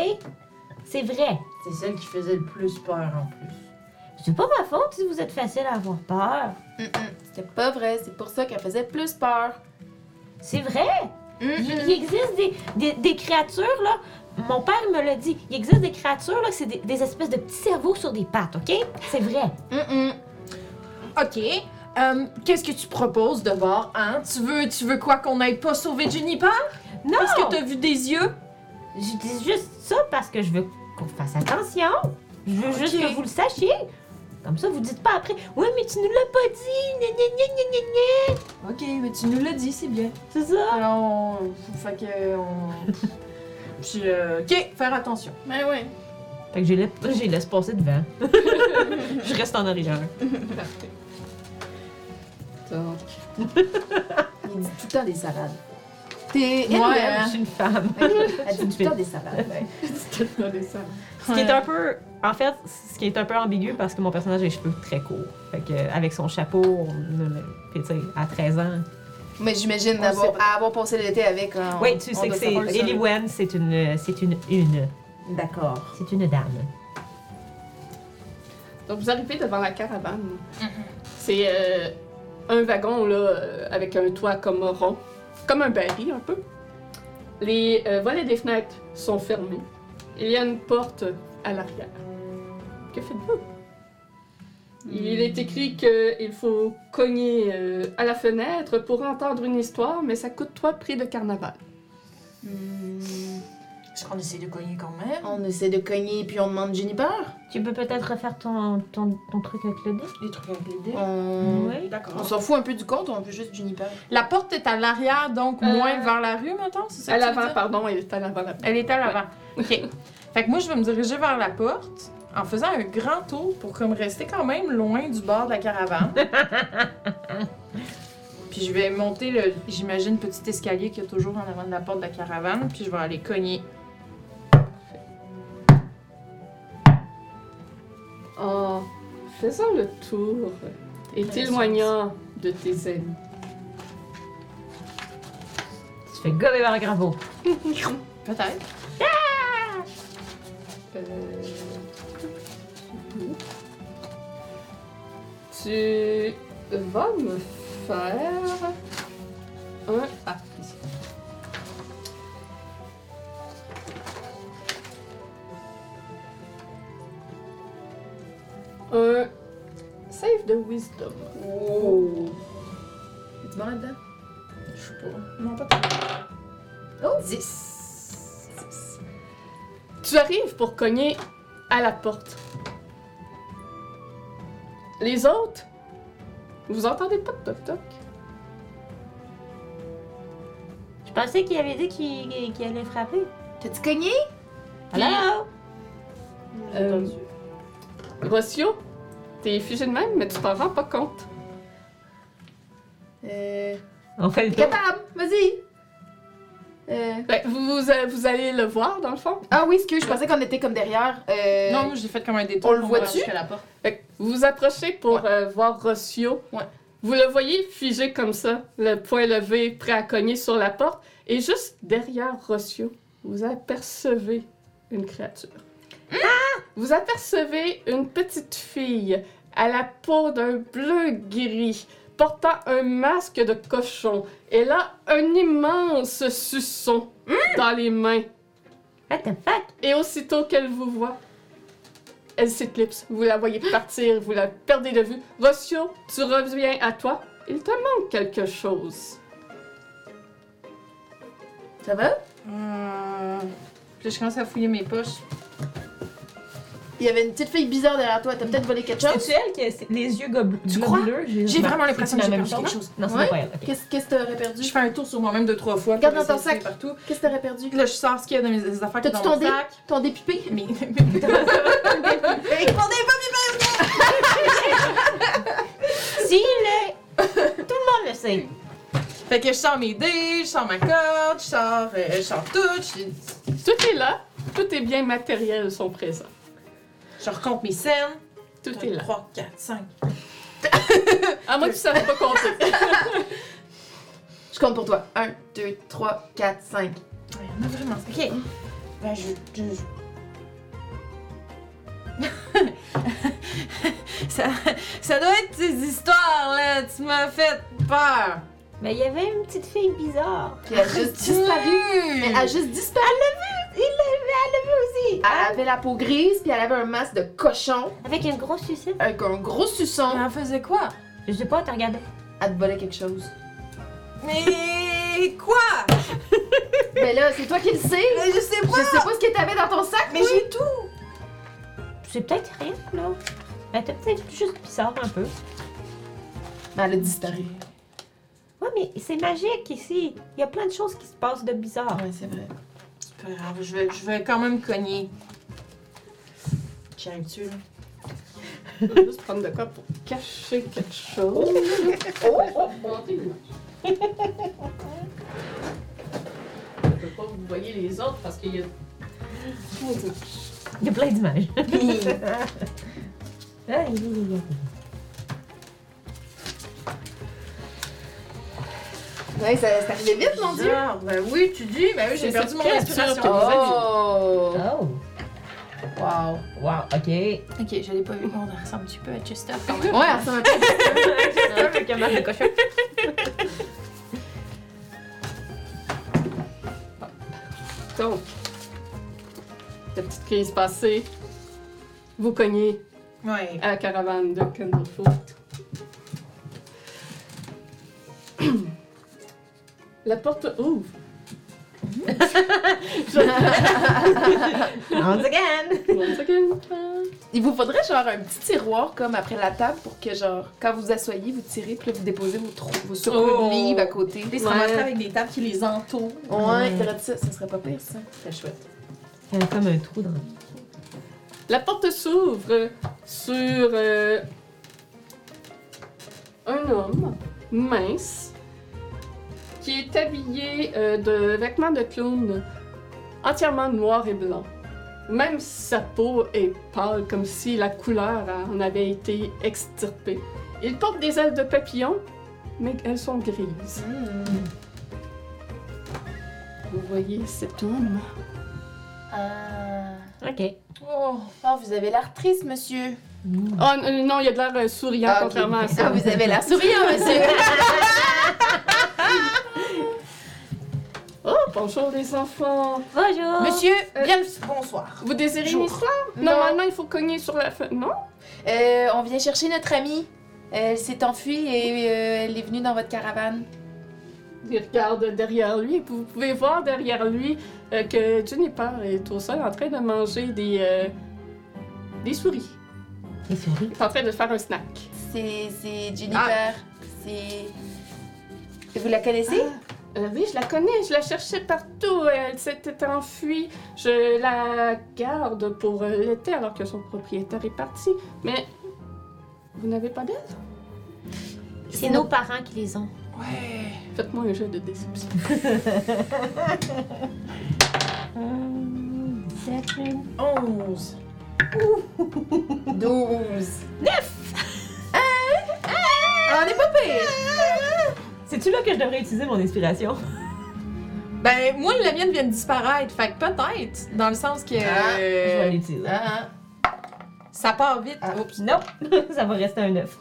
S5: C'est vrai.
S3: C'est celle qui faisait le plus peur en plus.
S5: C'est pas ma faute si vous êtes facile à avoir peur.
S2: Mm-mm, C'était pas vrai, c'est pour ça qu'elle faisait plus peur.
S5: C'est vrai! Il, il existe des, des- des créatures, là. Mon père me l'a dit. Il existe des créatures, là, que c'est des, des espèces de petits cerveaux sur des pattes, OK? C'est vrai.
S2: Mm-mm.
S3: Ok. euh, Qu'est-ce que tu proposes de voir, hein? Tu veux, tu veux quoi qu'on aille pas sauver Juniper?
S5: Non!
S3: Parce que t'as vu des yeux?
S5: Je dis juste ça parce que je veux qu'on fasse attention. Je veux juste
S3: Ok.
S5: que vous le sachiez. Comme ça, vous dites pas après. Oui, mais tu nous l'as pas dit. gna, gna, gna, gna, gna, gna.
S3: Ok, mais tu nous l'as dit, c'est bien.
S5: C'est ça.
S3: Alors, on... fait que. On... Puis, euh, ok, faire attention.
S2: Ben ouais.
S5: Fait que j'ai la- j'ai laisse passer devant. je reste en arrière.
S1: Donc,
S2: Il dit tout le temps des salades. T'es
S3: Ouais,
S2: elle-même.
S3: hein.
S5: Je suis une femme.
S2: Elle dit tout le temps des salades. ouais.
S1: c'était dans les salles.
S5: Ce qui est un peu. En fait, ce qui est un peu ambigu parce que mon personnage a les cheveux très courts. Fait que, euh, avec son chapeau, on- on- puis tu sais, à 13 ans.
S2: Mais j'imagine
S3: On sait
S2: d'avoir à avoir passé l'été avec. hein, on-
S5: oui, tu
S2: on
S5: sais que
S2: doit
S5: c'est.
S2: savoir le
S5: Ellie
S2: seul.
S5: Wen, c'est une. euh, C'est une. Une.
S2: D'accord.
S5: C'est une dame.
S1: Donc, vous arrivez devant la caravane. C'est euh, un wagon là, euh, avec un toit comme rond, comme un baril un peu. Les euh, volets des fenêtres sont fermés. Il y a une porte à l'arrière. Que faites-vous? Il
S2: Hmm.
S1: est écrit qu'il faut cogner euh, à la fenêtre pour entendre une histoire, mais ça coûte trois prix de carnaval.
S2: Hmm,
S3: Est-ce qu'on essaie de cogner quand même?
S2: On essaie de cogner puis on demande Juniper.
S5: Tu peux peut-être refaire ton, ton, ton truc avec le dé?
S3: Les trucs avec les dés. Mm.
S2: On,
S5: Oui.
S2: on
S3: D'accord.
S2: s'en fout un peu du compte, on veut juste Juniper.
S3: La porte est à l'arrière, donc
S1: Euh,
S3: moins vers la rue, maintenant? c'est ça
S1: À
S3: que tu veux
S1: l'avant,
S3: dire?
S1: pardon, elle est à l'avant là-bas.
S3: Elle est à l'avant. OK. Fait que moi, je vais me diriger vers la porte en faisant un grand tour pour comme rester quand même loin du bord de la caravane. puis je vais monter le, j'imagine, petit escalier qu'il y a toujours en avant de la porte de la caravane. Puis je vais aller cogner.
S1: en faisant le tour et t'éloignant de tes amis.
S5: Tu fais gober par le graveau.
S2: Peut-être.
S1: Euh, Tu vas me faire un. Ah, ici. Un save de wisdom.
S2: Oh. Tu bon là-dedans?
S1: Je sais pas. Non, pas tant.
S2: Oh!
S1: 10. Tu arrives pour cogner à la porte. Les autres, vous entendez pas de toc-toc.
S4: Je pensais qu'il avait dit qu'il qu'il allait frapper.
S2: T'as-tu cogné?
S5: Ah
S4: Hello?
S1: Euh, Rossio, t'es figé de même, mais tu t'en rends pas compte.
S2: Euh.
S5: On fait le tour.
S2: Capable! Vas-y! Euh.
S1: Ben, vous, vous, euh, vous allez le voir, dans le fond.
S2: Ah oui, excuse, je pensais qu'on était comme derrière. Euh...
S3: Non, j'ai fait comme un détour.
S2: on le
S3: pour
S2: voit-tu?
S3: me rendre jusqu'à la porte.
S1: Fait que vous vous approchez pour euh, voir Rossio.
S3: Ouais.
S1: Vous le voyez figé comme ça, le poing levé, prêt à cogner sur la porte. Et juste derrière Rossio, vous apercevez une créature. Vous apercevez une petite fille à la peau d'un bleu gris, portant un masque de cochon. Elle a un immense suçon dans les mains.
S4: What the fuck?
S1: Et aussitôt qu'elle vous voit, elle s'éclipse. Vous la voyez partir, vous la perdez de vue. Rossio, tu reviens à toi. Il te manque quelque chose.
S2: Ça va?
S3: Hum. Puis là, je commence à fouiller mes poches.
S2: Il y avait une petite fille bizarre derrière toi. T'as peut-être volé quelque chose?
S5: C'est elle qui a les yeux gobelins.
S3: Tu crois? J'ai vraiment l'impression que j'ai perdu quelque chose.
S5: Non, Bah, c'est
S2: Ouais.
S5: pas elle. ok.
S2: Qu'est-ce qu'est-ce que t'aurais
S3: Je
S2: perdu?
S3: fais un tour sur moi-même deux, trois fois.
S2: Regarde
S3: pour
S2: dans ton
S3: essayer
S2: sac.
S3: Partout.
S2: Qu'est-ce que t'aurais perdu?
S3: Là, je sors ce qu'il y a dans mes les affaires qui sont
S2: T'as-tu ton
S3: dans mon
S2: dé?
S3: sac.
S2: Ton dépipé?
S3: Mais
S2: Hey, ton dépipé!
S4: Si, le... Tout le monde le sait.
S3: Fait que je sors mes dés, je sors ma corde, je sors, euh, je sors tout, je,
S1: Tout est là. Tous tes biens matériels sont présents.
S3: je recompte mes scènes.
S1: Tout est
S3: 1,
S1: là.
S3: 3, 4, 5.
S1: À moins que tu ne saches pas compter.
S2: Je compte pour toi. 1, 2, 3, 4, 5.
S3: Ouais, on a vraiment. Ok. Ben, je. je, je- ça, ça doit être tes histoires, là. Tu m'as fait peur.
S4: Mais il y avait une petite fille bizarre.
S2: Puis elle a juste disparu.
S3: Hmm.
S2: Mais elle a juste disparu.
S4: Il l'avait, elle l'avait aussi.
S2: Elle avait la peau grise, puis elle avait un masque de cochon,
S4: Avec une grosse sucette.
S2: avec un gros
S3: Mais
S2: suçon.
S3: elle faisait quoi?
S4: Je sais pas, t'as regardé.
S2: Elle te volait quelque chose.
S3: Mais quoi?
S2: Mais Ben là, c'est toi qui le sais.
S3: Mais je sais
S2: Je sais pas ce que t'avais dans ton sac,
S3: Mais
S2: oui.
S3: j'ai tout.
S4: C'est peut-être rien, là. Ben, t'as peut-être juste bizarre un peu.
S2: Mais elle a disparu.
S4: Ouais, mais c'est magique ici. Il y a plein de choses qui se passent de bizarre.
S2: Ah Ouais, c'est vrai.
S3: C'est pas grave, je vais, je vais quand même cogner. J'arrive-tu, là?
S1: Je vais juste prendre de quoi pour cacher quelque chose. Je ne peux pas vous voyez les autres parce qu'il y a trop de
S5: Il y a plein d'images.
S4: Ah, il est- il est-
S2: Ouais, ça, c'est arrivé vite, mon dieu.
S3: Bizarre, Ben oui, tu dis, ben oui,
S1: C'est
S3: j'ai perdu
S1: cette
S3: mon
S1: créature
S3: inspiration.
S1: que vous
S2: Oh!
S5: Oh!
S2: Wow.
S5: Wow, ok. Ouais,
S3: Ok, je l'ai pas vu. On ressemble un petit peu à Chester quand même.
S2: Ouais, elle ressemble un peu.
S5: avec un masque de cochon.
S1: Donc, la petite crise passée, vous cognez
S3: Ouais.
S1: à la caravane de Candlefoot. La porte ouvre.
S5: Once again!
S1: One second.
S2: Ah. Il vous faudrait genre un petit tiroir comme après la table pour que genre quand vous asseyez, vous tirez puis là, vous déposez vos, trous, vos surplus
S3: Oh.
S2: de livres à côté.
S3: Ils
S2: Ouais,
S3: sont rentrés avec des tables qui les entourent.
S2: t'aurais dit ça, ça serait pas pire ça. C'est Hmm. chouette.
S5: Il y a comme un trou dans
S1: La porte s'ouvre sur euh, un homme mince qui est habillé euh, de vêtements de clown entièrement noirs et blancs. Même sa peau est pâle, comme si la couleur en avait été extirpée. Il porte des ailes de papillon, mais elles sont grises.
S2: Hmm.
S1: Vous voyez cet homme
S2: Ah.
S5: Ok.
S3: Oh,
S2: Oh, vous avez l'air triste, monsieur.
S5: Mmh.
S1: Oh n- non, il a de l'air euh, souriant,
S2: Ah, ok.
S1: contrairement à ça.
S2: Ah, vous avez l'air souriant, monsieur.
S1: Oh, bonjour les enfants.
S4: Bonjour!
S3: Monsieur, bien le bonsoir.
S1: Vous désirez une
S3: Bonjour.
S1: histoire? Normalement, il faut cogner sur la fenêtre. Non?
S2: Euh, on vient chercher notre amie. Elle s'est enfuie et euh, elle est venue dans votre caravane.
S1: Il regarde derrière lui. et Vous pouvez voir derrière lui euh, que Juniper est au sol en train de manger des, euh, des souris.
S5: Des souris.
S1: Il est en train de faire un snack.
S2: C'est c'est Juniper. C'est. Vous la connaissez?
S1: Euh, oui, je la connais, je la cherchais partout. Elle s'était enfuie. Je la garde pour euh, l'été alors que son propriétaire est parti. Mais vous n'avez pas d'elle?
S4: C'est nos parents qui les ont.
S3: Ouais.
S1: Faites-moi un jeu de déception.
S4: Hum,
S3: 11.
S2: 12. 9! On n'est pas pire!
S5: C'est-tu là que je devrais utiliser mon inspiration?
S7: Ben, moi, la mienne vient de disparaître. Fait que peut-être, dans le sens que
S2: Ah,
S5: Je
S7: euh,
S5: vais l'utiliser.
S2: Ah,
S7: ça part vite.
S2: Ah.
S7: Oups.
S5: Non! ça va rester un œuf.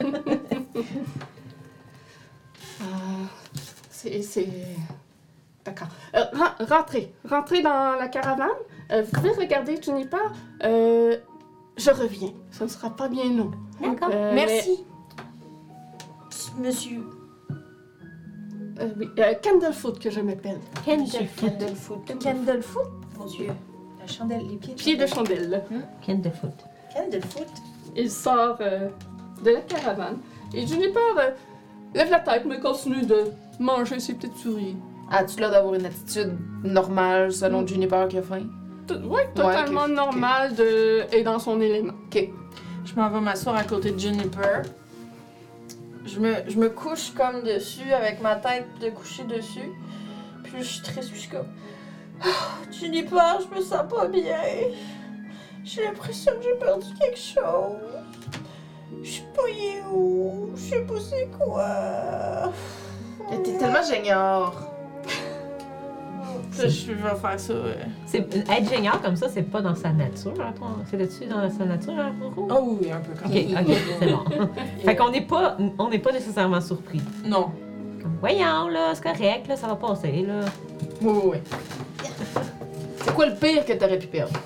S1: Ah, c'est. c'est- D'accord. Euh, ren- rentrez. Rentrez dans la caravane. Euh, vous pouvez regarder Juniper. Euh, je reviens. Ça ne sera pas bien long.
S4: D'accord.
S1: Euh,
S3: Merci. Monsieur.
S1: mais- euh, oui. Euh, Candlefoot, que je m'appelle.
S4: Candlefoot.
S2: Candlefoot.
S3: Candlefoot? Mon dieu. La chandelle, les pieds de
S1: Pied de chandelle.
S5: Candlefoot.
S3: Candlefoot?
S1: Il sort euh, de la caravane. Et Juniper euh, lève la tête, mais continue de manger ses petites souris.
S2: Ah, As-tu l'air d'avoir une attitude normale selon Juniper qui a faim?
S1: Tout- ouais, totalement
S2: ok, ok.
S1: normal de... et dans son élément.
S7: Je m'en vais m'asseoir à côté de Juniper.
S3: Je me, je me couche comme dessus, avec ma tête de coucher dessus. Puis je suis triste, puis je suis comme. Oh, Juniper, je me sens pas bien. J'ai l'impression que j'ai perdu quelque chose. Je suis poignée où Je sais pas c'est quoi.
S2: T'es tellement génial.
S7: Puis je vais faire ça. euh.
S5: C'est- Être génial comme ça, c'est pas dans sa nature. hein, ton- C'était-tu dans sa nature, hein, Roro?
S7: Oh oui, un peu quand
S5: Ok,
S7: même.
S5: ok, c'est bon. fait qu'on n'est pas, on n'est pas nécessairement surpris.
S7: Non.
S5: Comme, voyons, là, c'est correct, là, ça va passer, là.
S7: Oui, oui, oui.
S2: C'est quoi le pire que t'aurais pu perdre?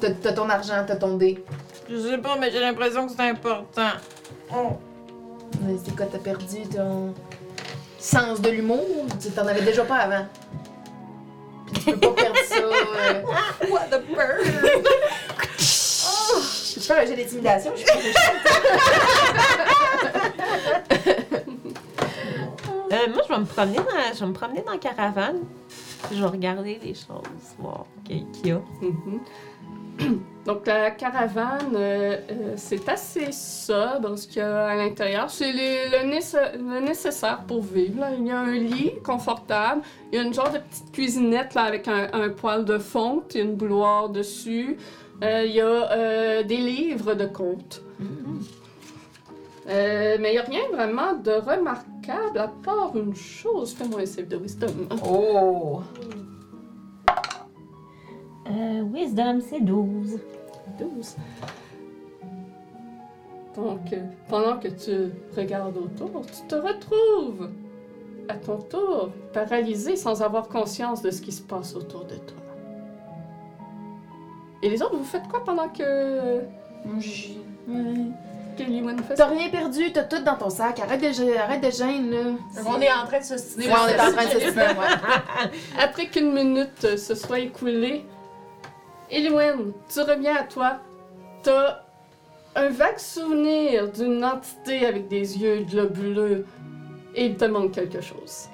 S2: T'as- T'as ton argent, t'as ton dé.
S7: Je sais pas, mais j'ai l'impression que c'est important.
S3: Oh,
S2: Mais C'est quoi, t'as perdu ton sens de l'humour? Tu t'en avais déjà pas avant. Puis tu peux pas perdre ça. euh.
S7: What the bird?
S2: Je peux faire un jeu d'intimidation, je pense.
S5: Euh, moi, je vais me promener dans, je vais me promener dans la caravane. Je vais regarder les choses, voir qu'est- qu'il y a.
S1: Mhm. Donc la caravane, euh, euh, c'est assez sobre ce qu'il y a à l'intérieur. C'est les- le, néce- le nécessaire pour vivre. là. Il y a un lit confortable, il y a une genre de petite cuisinette là, avec un, un poêle de fonte et une bouilloire dessus. Euh, il y a euh, des livres de contes. Euh, mais il n'y a rien vraiment de remarquable à part une chose. Fais-moi un save de wisdom.
S2: Oh!
S4: Euh, wisdom, c'est 12.
S1: 12. Donc, euh, pendant que tu regardes autour, tu te retrouves à ton tour paralysé sans avoir conscience de ce qui se passe autour de toi. Et les autres, vous faites quoi pendant que Kellywen fait
S2: T'as
S1: ça?
S2: rien perdu, t'as tout dans ton sac. Arrête de, gê- arrête de gêne, là.
S3: on est en train de se stiner.
S2: Ouais, on est en train de se souvenir, ouais.
S1: Après qu'une minute euh, se soit écoulée, Eliwen, tu reviens à toi. T'as un vague souvenir d'une entité avec des yeux globuleux et il te manque quelque chose.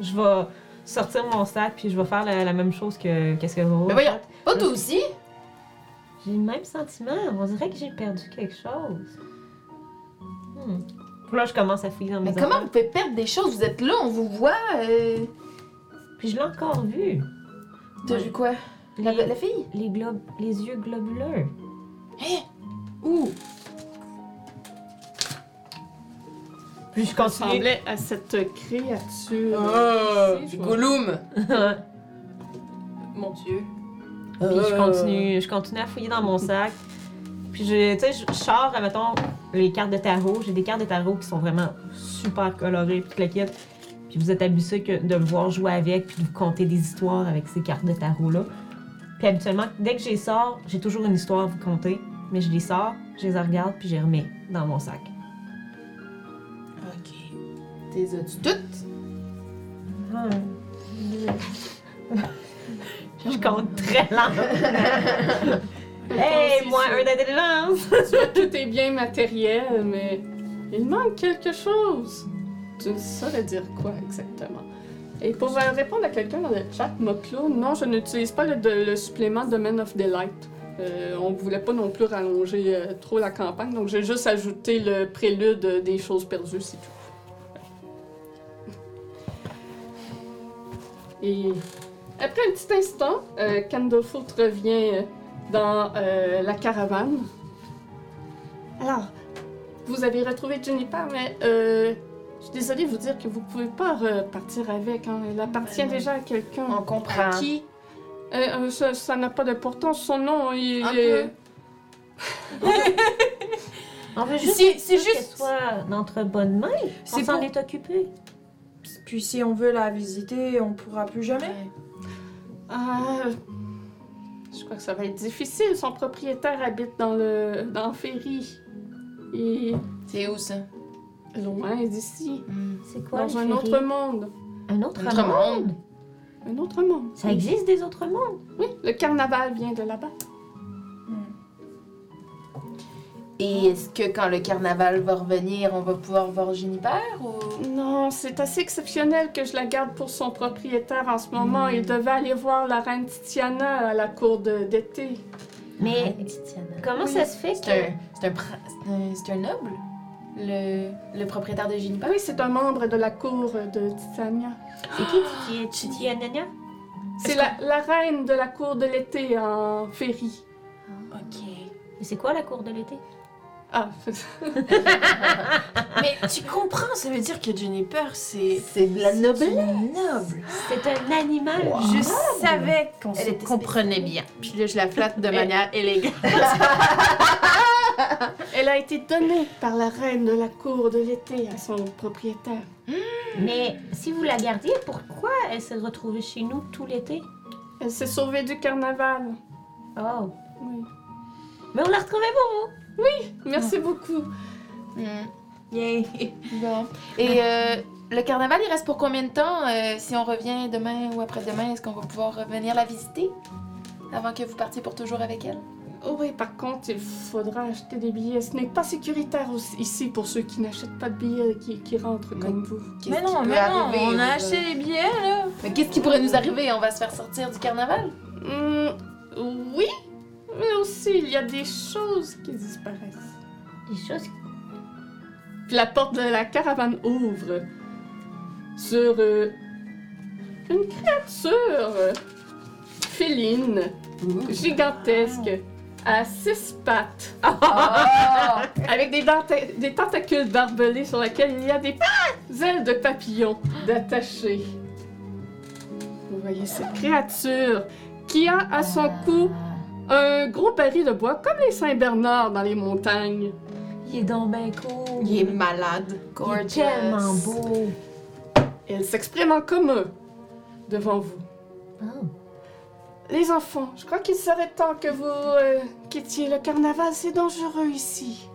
S5: Je vais sortir mon sac, puis je vais faire la, la même chose que qu'est-ce que Roro.
S2: Mais voyons, pas toi aussi.
S5: J'ai le même sentiment. On dirait que j'ai perdu quelque chose. Hmm. Là, je commence à fouiller dans mes
S2: Mais comment
S5: affaires.
S2: vous pouvez perdre des choses? Vous êtes là, on vous voit. euh.
S5: Puis je l'ai encore vu.
S2: T'as vu quoi? La,
S5: Les-
S2: la fille?
S5: Les, glo- les yeux globuleux.
S7: Ouh!
S5: Puis je
S1: Ça
S5: continue.
S1: ressemblait à cette créature.
S2: Oh!
S1: ici, je vois.
S2: Gollum!
S7: Mon Dieu.
S5: Puis
S1: Euh,
S5: je continue, je continue à fouiller dans mon sac. Puis je, tu sais, je- je sors, mettons, les cartes de tarot. J'ai des cartes de tarot qui sont vraiment super colorées, puis tout le kit. Puis vous êtes habitué que de me voir jouer avec, puis de vous conter des histoires avec ces cartes de tarot-là. Puis habituellement, dès que je les sors, j'ai toujours une histoire à vous conter. Mais je les sors, je les regarde, puis je les remets dans mon sac.
S3: Ok.
S2: T'es as-tu toutes?
S5: Je compte très lentement. hey,
S1: Attends,
S5: moi,
S1: c'est
S5: un d'intelligence!
S1: Tout est bien matériel, mais il manque quelque chose. Tu ne saurais dire quoi exactement. Et pour euh, répondre à quelqu'un dans le chat, Moclo, non, je n'utilise pas le, de- le supplément Domain of Delight. Euh, on ne voulait pas non plus rallonger euh, trop la campagne, donc j'ai juste ajouté le prélude euh, des choses perdues, c'est tout. Et après un petit instant, euh, Candlefoot revient euh, dans euh, la caravane. Alors, vous avez retrouvé Juniper, mais euh, je suis désolée de vous dire que vous pouvez pas repartir avec. hein. Elle appartient déjà à quelqu'un.
S2: On comprend.
S4: Hein?
S3: Qui
S1: Euh, euh, ça ça n'a pas d'importance. Son nom, il
S3: Un
S1: est...
S3: peu.
S5: On veut juste
S3: C'est c'est
S5: qu'elle
S3: juste.
S5: soit entre bonnes mains. On
S3: C'est
S5: s'en
S3: pour-
S5: est occupé.
S7: Puis si on veut la visiter, on pourra plus jamais.
S1: Euh, je crois que ça va être difficile. Son propriétaire habite dans le dans Ferry. Et
S2: C'est où ça?
S1: loin d'ici.
S2: Hmm.
S4: C'est quoi
S1: Dans
S4: le
S1: un
S4: ferry?
S1: autre monde.
S5: Un autre,
S2: Notre
S5: monde?
S2: monde.
S1: Un autre monde.
S4: Ça existe des autres mondes?
S1: Oui, le carnaval vient de là-bas.
S2: Et est-ce que quand le carnaval va revenir, on va pouvoir voir Juniper ou.
S1: Non, c'est assez exceptionnel que je la garde pour son propriétaire en ce moment.
S4: Hmm.
S1: Il devait aller voir la reine Titiana à la cour de- d'été.
S4: Mais
S2: Titiana.
S4: comment
S2: Oui.
S4: ça se fait
S2: C'est
S4: que...
S2: un, c'est un, pra- c'est un- c'est un noble, le, le propriétaire de Juniper.
S1: Ah oui, c'est un membre de la cour de Titania.
S4: C'est qui Titi- Titi Anania?
S1: C'est la, la reine de la cour de l'été en Ferry.
S2: Ok.
S4: Mais c'est quoi la cour de l'été?
S1: Ah,
S3: Mais tu comprends, ça veut dire que Juniper, c'est.
S2: C'est de la noblesse.
S3: Noble.
S4: C'est un animal.
S3: Je savais qu'on
S2: Elle
S3: se
S2: était
S3: comprenait bien. Puis là, je la flatte de manière élégante.
S1: elle a été donnée par la reine de la cour de l'été à son propriétaire.
S4: Mais si vous la gardiez, pourquoi elle s'est retrouvée chez nous tout l'été?
S1: Elle s'est sauvée du carnaval.
S4: Oh.
S1: Oui.
S4: Mais on l'a retrouvée pour vous.
S1: Merci beaucoup.
S2: Hmm.
S3: Yay.
S2: Bon. Et euh, le carnaval, il reste pour combien de temps euh, Si on revient demain ou après-demain, est-ce qu'on va pouvoir venir la visiter avant que vous partiez pour toujours avec elle
S1: Oh oui, par contre, il faudra acheter des billets. Ce n'est pas sécuritaire aussi- ici pour ceux qui n'achètent pas de billets et qui, qui rentrent comme vous.
S2: Qu'est-ce
S7: Mais non,
S2: qui peut
S7: mais non,
S2: arriver,
S7: on a
S2: là?
S7: acheté les billets, là.
S2: Mais qu'est-ce qui pourrait nous arriver On va se faire sortir du carnaval
S1: Hmm, oui, mais aussi, il y a des choses qui disparaissent.
S4: Des choses
S1: Puis la porte de la caravane ouvre sur euh, une créature euh, féline, gigantesque, à six pattes,
S2: Ah!
S1: avec des, denta- des tentacules barbelés sur lesquels il y a des ailes de papillon d'attacher. Vous voyez cette créature qui a à son cou un gros baril de bois, comme les Saint-Bernard dans les montagnes.
S4: Il est donc bien cool.
S3: Il est malade.
S4: Il est tellement beau.
S1: Et elle s'exprime en commun devant vous.
S4: Oh.
S1: Les enfants, je crois qu'il serait temps que vous euh, quittiez le carnaval, c'est dangereux ici.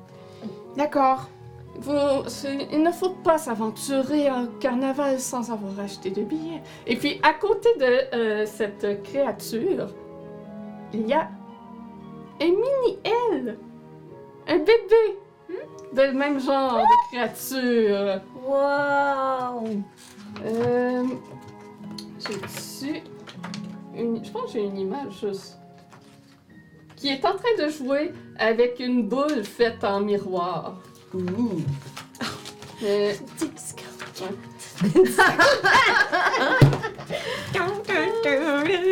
S2: D'accord.
S1: Vous, c'est- il ne faut pas s'aventurer au carnaval sans avoir acheté de billets. Et puis, à côté de euh, cette créature, il y a un mini-aile, un bébé de le même genre
S3: Ah!
S1: de créature.
S4: Wow.
S1: Euh, J'ai-tu. Une... Je pense que j'ai une image juste. Qui est en train de jouer avec une boule faite en miroir. Euh,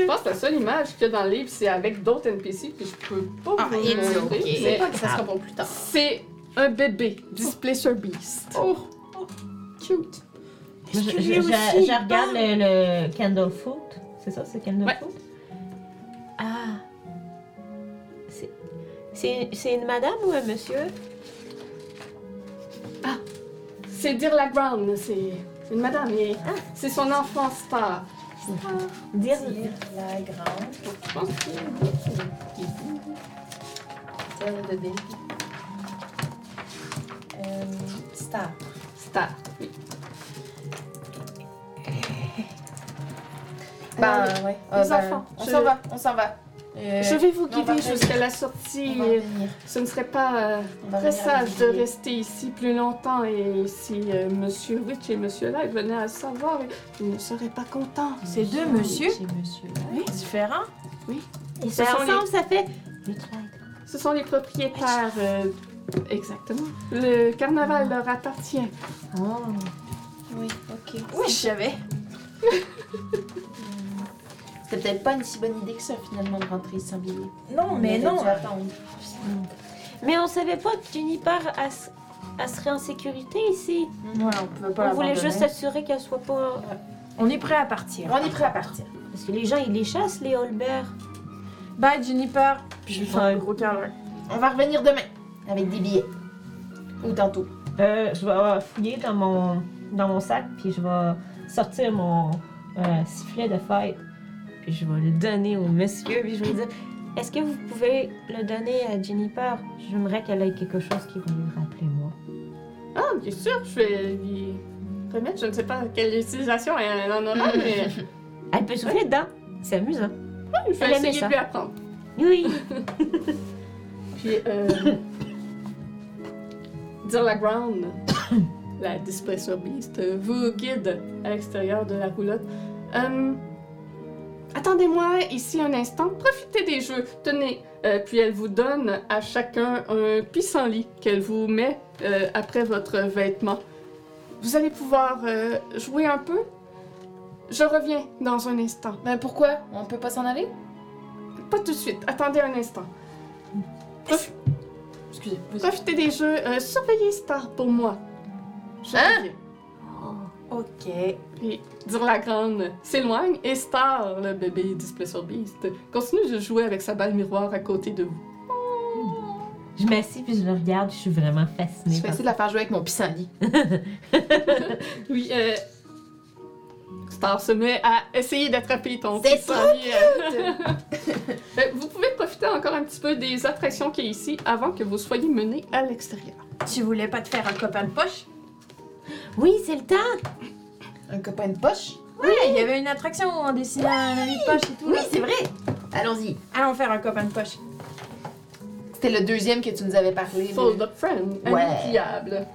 S1: Moi, c'est la seule image qu'il y a dans le livre, c'est avec d'autres NPC, puis je peux pas
S3: Ah,
S1: vous
S3: it's
S1: montrer,
S3: ok.
S1: mais
S3: C'est
S2: pas que ça sera pour plus tard.
S1: C'est un bébé, Displacer Beast.
S7: Oh, oh, cute.
S4: Je,
S7: Est-ce
S4: je-
S7: que
S4: je-
S7: lui aussi, il
S4: je regarde
S7: parle?
S4: le, le candle foot. C'est ça, c'est candle
S1: Ouais.
S4: foot? Ah. C'est- C'est c'est une madame ou un monsieur?
S1: C'est Dirla Brown, c'est une madame, et c'est son enfant star.
S4: Dire.
S2: La grande,
S1: Je pense que
S2: celle de Bill. Euh, Star.
S1: star.
S2: Euh,
S1: oui.
S2: Ben, ouais. Ah,
S1: les
S2: ben,
S1: enfants,
S2: On
S1: je-
S2: s'en va, on s'en va. Euh,
S1: Je vais vous
S2: on va
S1: guider
S2: revenir.
S1: jusqu'à la
S2: on
S1: sortie.
S2: va revenir.
S1: Ce ne serait pas euh,
S2: On va
S1: très
S2: revenir
S1: sage de
S2: visiter.
S1: rester ici plus longtemps et si euh, Monsieur Rich et Monsieur Light venaient à savoir, ils ne seraient pas contents.
S3: C'est deux monsieur différents.
S7: Ben,
S4: Et
S1: Ce sont
S4: ensemble, ça fait. Mitchell.
S1: Ce sont les propriétaires. euh, exactement. Le carnaval leur appartient.
S4: Oh.
S2: Oui, ok.
S3: Oui, je savais.
S2: C'était peut-être pas une si bonne idée que ça, finalement, de rentrer sans billet.
S3: Non,
S2: On
S3: mais
S2: aurait
S3: non.
S2: dû attendre.
S4: Mais on savait pas qu'Uniper elle s- elle serait en sécurité ici.
S3: Ouais, on pouvait
S4: on voulait
S3: l'abandonner.
S4: juste s'assurer qu'elle soit pas.
S3: On est prêt à partir.
S2: On est prêt à partir.
S4: Parce que les gens, ils les chassent, les Holbert.
S3: Bye, Juniper. Puis je lui fais un
S5: Ouais.
S3: gros câlin.
S2: On va revenir demain avec des billets. Ou tantôt.
S5: Euh, je vais euh, fouiller dans mon, dans mon sac, puis je vais sortir mon euh, sifflet de fête, puis je vais le donner au monsieur, puis je vais lui dire
S4: Est-ce que vous pouvez le donner à Juniper J'aimerais qu'elle ait quelque chose qui va lui rappeler moi.
S1: Ah, bien sûr, je vais lui remettre. Je ne sais pas quelle utilisation elle en aura,
S4: Mm.
S1: mais
S4: Elle peut souffler dedans. C'est amusant.
S1: je vais
S4: Elle aimait
S1: essayer
S4: ça.
S1: de lui apprendre.
S4: Oui.
S1: Puis, euh, dire la ground, la Displacer Beast, euh, vous guide à l'extérieur de la roulotte. Hum, Attendez-moi ici un instant, profitez des jeux, tenez. Euh, puis elle vous donne à chacun un pissenlit qu'elle vous met euh, après votre vêtement. Vous allez pouvoir euh, jouer un peu. Je reviens dans un instant.
S2: Ben pourquoi On peut pas s'en aller
S1: Pas tout de suite, attendez un instant.
S2: Excusez. vous-
S1: Profitez des jeux, euh, surveillez Star pour moi. Je
S2: Hein?
S1: reviens.
S3: Ok.
S1: Et dire la grande s'éloigne et Star, le bébé display sur Beast, continue de jouer avec sa balle miroir à côté de vous.
S5: Je m'assis, puis je le regarde, puis je suis vraiment fascinée.
S2: Je vais
S5: par-
S2: essayer de la faire jouer avec mon pissenlit.
S1: Oui, euh, Star se met à essayer d'attraper ton
S2: C'est
S1: petit
S2: trop
S1: sanglier. Euh, vous pouvez profiter encore un petit peu des attractions qu'il y a ici avant que vous soyez mené à l'extérieur.
S3: Tu voulais pas te faire un copain de poche?
S4: Oui, c'est le temps.
S2: Un copain de poche
S3: Oui, Eh, il y avait une attraction où on dessinait un ami de poche et tout.
S2: Oui,
S3: là.
S2: c'est vrai. Allons-y.
S3: Allons faire un copain de poche.
S2: C'était le deuxième que tu nous avais parlé. là.
S1: Fold up friend,
S2: Ouais.
S1: inoubliable.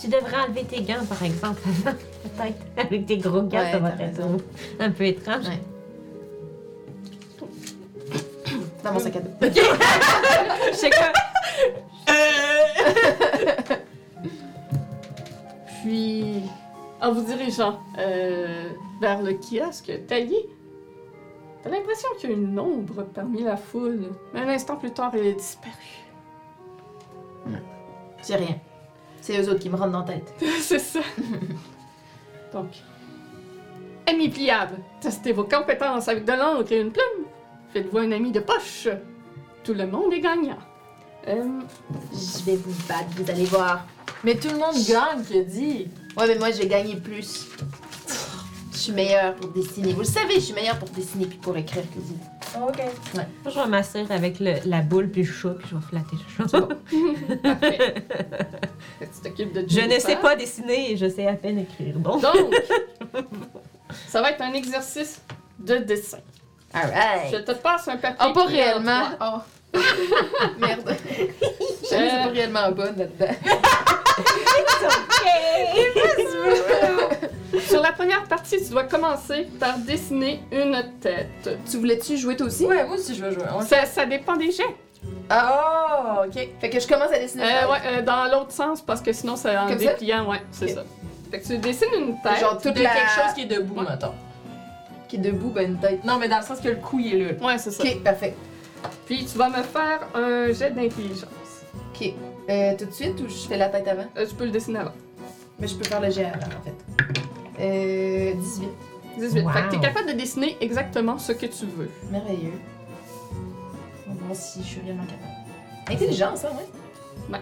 S4: Tu devrais enlever tes gants, par exemple. Peut-être. Avec tes gros gants,
S2: Ouais,
S4: ça va
S2: t'as
S4: être
S2: raison.
S4: un peu étrange.
S2: Ouais. Dans mon sac à dos.
S4: Je sais quoi.
S1: Puis, en vous dirigeant euh, vers le kiosque taillé, t'as l'impression qu'il y a une ombre parmi la foule. Mais un instant plus tard, elle est disparue.
S2: J'ai rien. C'est eux autres qui me rentrent dans la tête.
S1: C'est ça. Donc, ami pliable, testez vos compétences avec de l'encre et une plume. Faites-vous un ami de poche. Tout le monde est gagnant. Euh,
S2: Je vais vous battre, vous allez voir.
S7: Mais tout le monde gagne, qui dit.
S2: Ouais, mais moi, j'ai gagné plus. Je suis meilleure pour dessiner. Vous le savez, je suis meilleure pour dessiner puis pour écrire que vous.
S7: Ah,
S3: Ok.
S5: Moi, je vais m'asseoir avec le- la boule, puis le chat, puis je vais flatter le chat.
S1: parfait. tu t'occupes de
S5: Je ne
S1: Jennifer.
S5: sais pas dessiner et je sais à peine écrire. Donc,
S1: Donc, ça va être un exercice de dessin. Je
S2: Alright.
S1: te passe un papier.
S2: Ah,
S1: plié
S2: pas
S1: en
S2: réellement.
S1: trois.
S2: Oh. Merde. Je suis pas réellement bonne là-dedans.
S1: Sur la première partie, tu dois commencer par dessiner une tête.
S2: Tu voulais-tu jouer
S3: Oh.
S2: toi aussi?
S7: Ouais, moi aussi je veux jouer. On-
S1: Ça, ça dépend des jets.
S2: Ah, ok. Fait que je commence à dessiner.
S1: Euh, ouais, euh, dans l'autre sens, parce que sinon, c'est en
S2: Comme ça?
S1: dépliant. Ouais, c'est
S2: Ok.
S1: ça. Fait que tu dessines une tête.
S2: Genre toute
S7: De
S2: la...
S7: quelque chose qui est debout,
S1: Ouais.
S7: mettons.
S2: qui est debout, ben une tête.
S7: Non, mais dans le sens que le cou, il est là.
S1: Ouais, c'est ça.
S2: Ok, parfait.
S1: Puis tu vas me faire un jet d'intelligence.
S2: Ok. Euh, tout de suite ou je fais la tête avant?
S1: Euh, tu peux le dessiner avant.
S2: Mais je peux faire le jet avant, en fait. Euh, 18.
S1: 18.
S5: Wow.
S1: Fait que t'es capable de dessiner exactement ce que tu veux.
S2: Merveilleux. On va voir si je suis réellement capable. Intelligence, hein, ouais.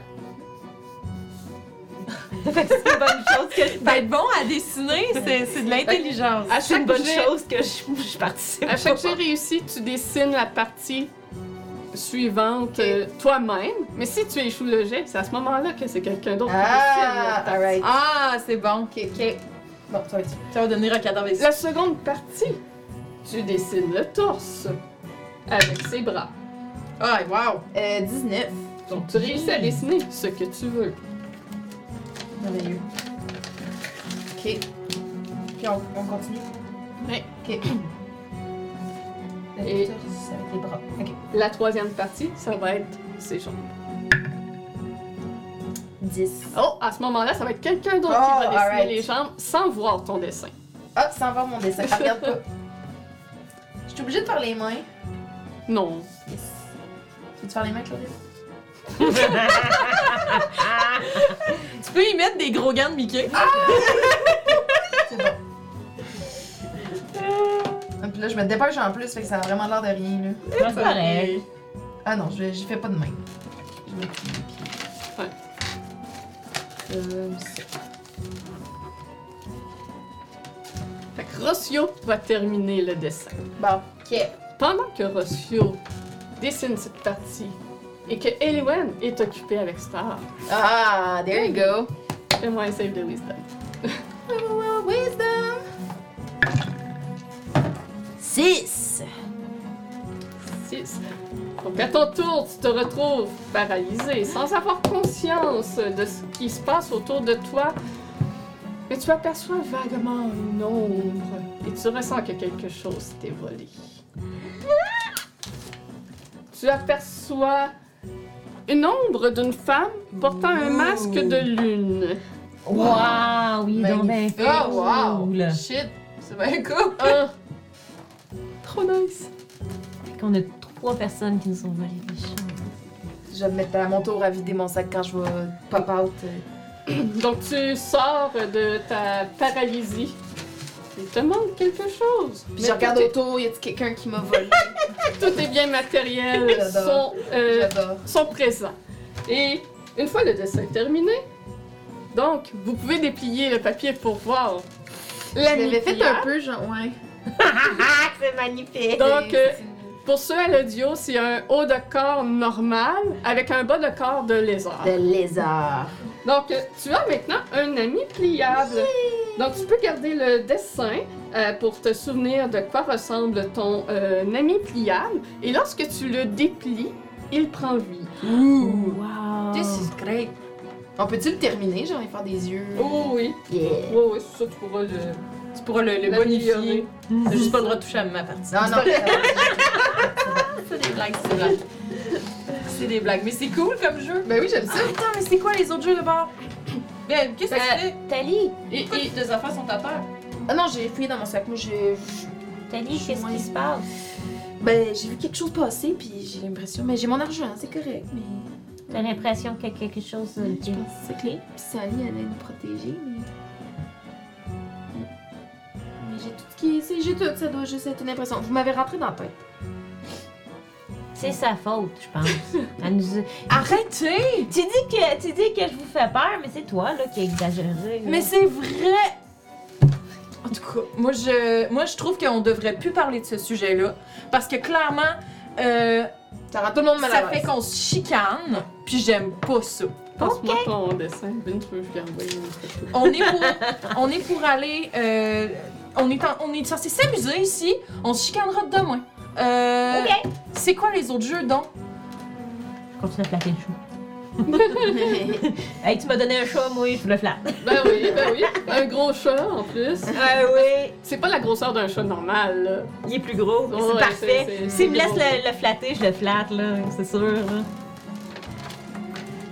S5: Fait que c'est une bonne chose que je
S7: Ben, être bon à dessiner, c'est c'est de l'intelligence.
S1: À
S5: Ah, C'est une
S1: chaque,
S5: bonne
S1: jet,
S5: chose que je, je participe.
S1: à chaque jet réussi, tu dessines la partie suivante euh, toi-même. Mais si tu échoues le jet, c'est à ce moment-là que c'est quelqu'un d'autre qui dessine la
S2: Ah,
S1: partie.
S2: alright.
S7: Ah, c'est bon.
S2: Ok, ok. Bon, ça va être ça.
S7: Ça va donner un cadavre
S1: La seconde partie, tu dessines le torse avec ses bras.
S7: Ah, wow.
S2: Euh, 19.
S1: Donc tu réussis à dessiner ce que tu veux.
S2: Merveilleux. Ok. Puis on, on continue.
S1: Ouais.
S2: Ok. Le
S1: Et-
S2: torse avec les bras. Ok.
S1: La troisième partie, ça va être ses jambes.
S2: 10.
S1: Oh, à ce moment-là, ça va être quelqu'un d'autre
S2: Oh,
S1: qui va dessiner
S2: alright.
S1: les jambes sans voir ton dessin.
S2: Ah, sans voir mon dessin. Ah, regarde pas. Je suis obligée de faire les mains.
S1: Non.
S2: Yes. Tu veux te faire les mains, Claudine?
S7: Tu peux y mettre des gros gants de Mickey.
S2: C'est bon. Ah, Puis là, je me dépêche en plus, fait que ça a vraiment l'air de rien, là.
S5: C'est pareil.
S2: Ah non, je, je fais pas de main. Je mets pied,
S1: Ouais.
S2: pied.
S1: Euh,
S2: Comme ça.
S1: Fait que Rossio va terminer le dessin.
S2: Bon.
S1: Pendant que Rossio dessine cette partie et que Eliwen est occupée avec Star,
S2: Ah, there you go.
S1: fais-moi un save de wisdom.
S2: Oh, wisdom!
S3: 6.
S1: 6. Donc à ton tour, tu te retrouves paralysé, sans avoir conscience de ce qui se passe autour de toi. Mais tu aperçois vaguement une ombre et tu ressens que quelque chose t'est volé. Tu aperçois une ombre d'une femme portant un masque de lune.
S5: Wow, oui, donc ben
S2: Magnifique.
S5: fait.
S7: Oh, wow.
S5: cool.
S7: Shit. C'est bien cool.
S1: Ah! Trop nice!
S5: Fait qu'on a trois personnes qui nous ont volé des choses.
S2: Je vais me mettre à mon tour à vider mon sac quand je vais pop out. euh.
S1: Donc tu sors de ta paralysie. Il te manque quelque chose.
S2: Puis
S1: Mais
S2: je regarde
S1: tout est-
S2: autour, y a-t-il quelqu'un qui m'a volé?
S1: Tout est bien matériel, sont,
S2: J'adore.
S1: euh,
S2: J'adore.
S1: sont présents. Et une fois le dessin terminé, donc vous pouvez déplier le papier pour voir
S2: Je l'avais fait un
S1: l'amitié.
S2: peu, genre, ouais.
S4: Ah, c'est magnifique.
S1: Donc euh,
S2: C'est-
S1: pour ceux à l'audio, c'est un haut de corps normal avec un bas de corps de lézard.
S2: Le lézard.
S1: Donc, euh, tu as maintenant un ami pliable. Donc, tu peux garder le dessin euh, pour te souvenir de quoi ressemble ton euh, ami pliable. Et lorsque tu le déplies, il prend vie.
S5: Wow.
S2: Oh.
S7: This is great.
S2: On peut-tu le terminer? J'ai envie de faire des yeux.
S1: Oh oui,
S2: Yeah.
S1: oh, oui, c'est ça, tu pourras le...
S7: Tu pourras le, le
S1: L'améliorer.
S7: bonifier.
S5: Mhm.
S7: T'as juste pas le droit de toucher à ma partie.
S2: Non, non,
S7: C'est des blagues, c'est des blagues. C'est des blagues, mais c'est cool comme jeu.
S2: Ben oui, j'aime ça.
S7: Attends, mais c'est quoi les autres jeux de bord? Ben, qu'est-ce que
S4: Euh,
S7: tu fais?
S4: Tali,
S7: Et, et deux affaires sont à terre.
S2: Ah non, j'ai fouillé dans mon sac. Moi, j'ai. j'ai-
S4: Tali, qu'est-ce qui se passe?
S2: Ben, j'ai vu quelque chose passer, puis j'ai l'impression. Mais j'ai mon argent, hein, c'est correct. Mais.
S4: T'as l'impression qu'il y a quelque chose
S5: euh,
S4: de...
S2: Je pense que c'est clé. Puis Sally, elle allait nous protéger, mais. Mais j'ai tout ce qui est. c'est- J'ai tout, ça doit juste être une impression. Vous m'avez rentré dans la tête.
S4: C'est sa faute, je pense. Elle nous a-
S7: Arrêtez!
S4: Tu dis que tu dis que je vous fais peur, mais c'est toi là qui est exagéré. là.
S7: Mais c'est vrai! En tout cas, moi je, moi, je trouve qu'on devrait plus parler de ce sujet-là. Parce que clairement, euh,
S2: Ça rend tout le monde mal à
S7: ça
S2: l'aise.
S7: fait qu'on se chicane, puis j'aime pas ça.
S1: Passe-moi ton dessin, Ben, tu peux lui envoyer une photo.
S7: On est pour, on est pour aller. euh, on est, en- on est censé s'amuser ici. On se chicanera demain. Euh,
S4: Ok.
S7: C'est quoi les autres jeux donc?
S5: Je continue à flatter le chou. Hey, tu m'as donné un chat, moi, je le flatte.
S1: Ben oui, ben oui, un gros chat en plus.
S5: Ah oui.
S1: C'est pas la grosseur d'un chat normal, là.
S5: Il est plus gros,
S1: Ouais,
S5: c'est
S1: c'est-
S5: parfait.
S1: c'est-
S5: S'il me
S1: c'est
S5: laisse
S1: bon.
S5: le, le flatter, je le flatte, là, c'est sûr. là.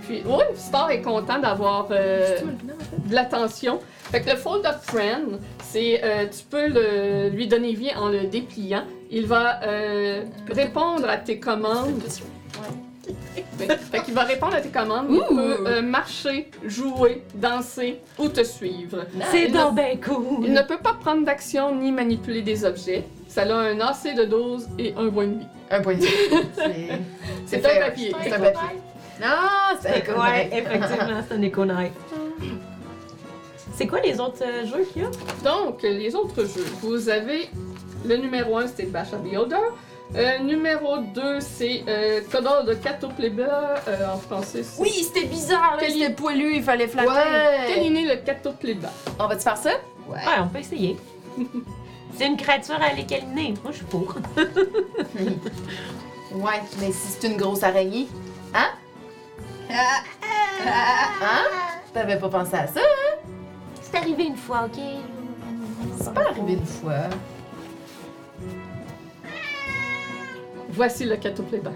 S1: Puis, oui, Star est content d'avoir euh, de l'attention. Fait que le Fold Up Friend, c'est euh, tu peux le- lui donner vie en le dépliant. Il va euh, répondre à tes commandes. Oui. Fait qu'il va répondre à tes commandes. Il peut euh, marcher, jouer, danser ou te suivre.
S5: C'est
S1: Il
S5: donc ben cool!
S1: Il ne peut pas prendre d'action ni manipuler des objets. Ça a un AC de 12 et un point de vie.
S2: Un point de vie. C'est-
S1: C'est
S2: fair.
S1: un papier.
S2: C'est un papier. Non, c'est un
S5: Ouais,
S2: économe.
S5: effectivement, c'est un éco C'est quoi les autres euh, jeux qu'il y a?
S1: Donc, les autres jeux. Vous avez le numéro 1, c'était Bash of the Elder. Euh, numéro 2, c'est euh, Codor de Catopleba. euh, en français, c'est.
S3: Oui, c'était bizarre, là,
S1: Quel-
S3: c'était poilu, il fallait flatter.
S2: Ouais.
S1: Câliner le Catopleba.
S2: On va-tu faire ça?
S5: Ouais, Ah, on peut essayer. c'est une créature à aller câliner. Moi, je suis pour.
S2: Ouais, mais si c'est une grosse araignée, hein? Ah, Hein? T'avais pas pensé à ça?
S4: C'est arrivé une fois, ok?
S2: C'est pas arrivé une fois.
S1: Voici le Catopleba.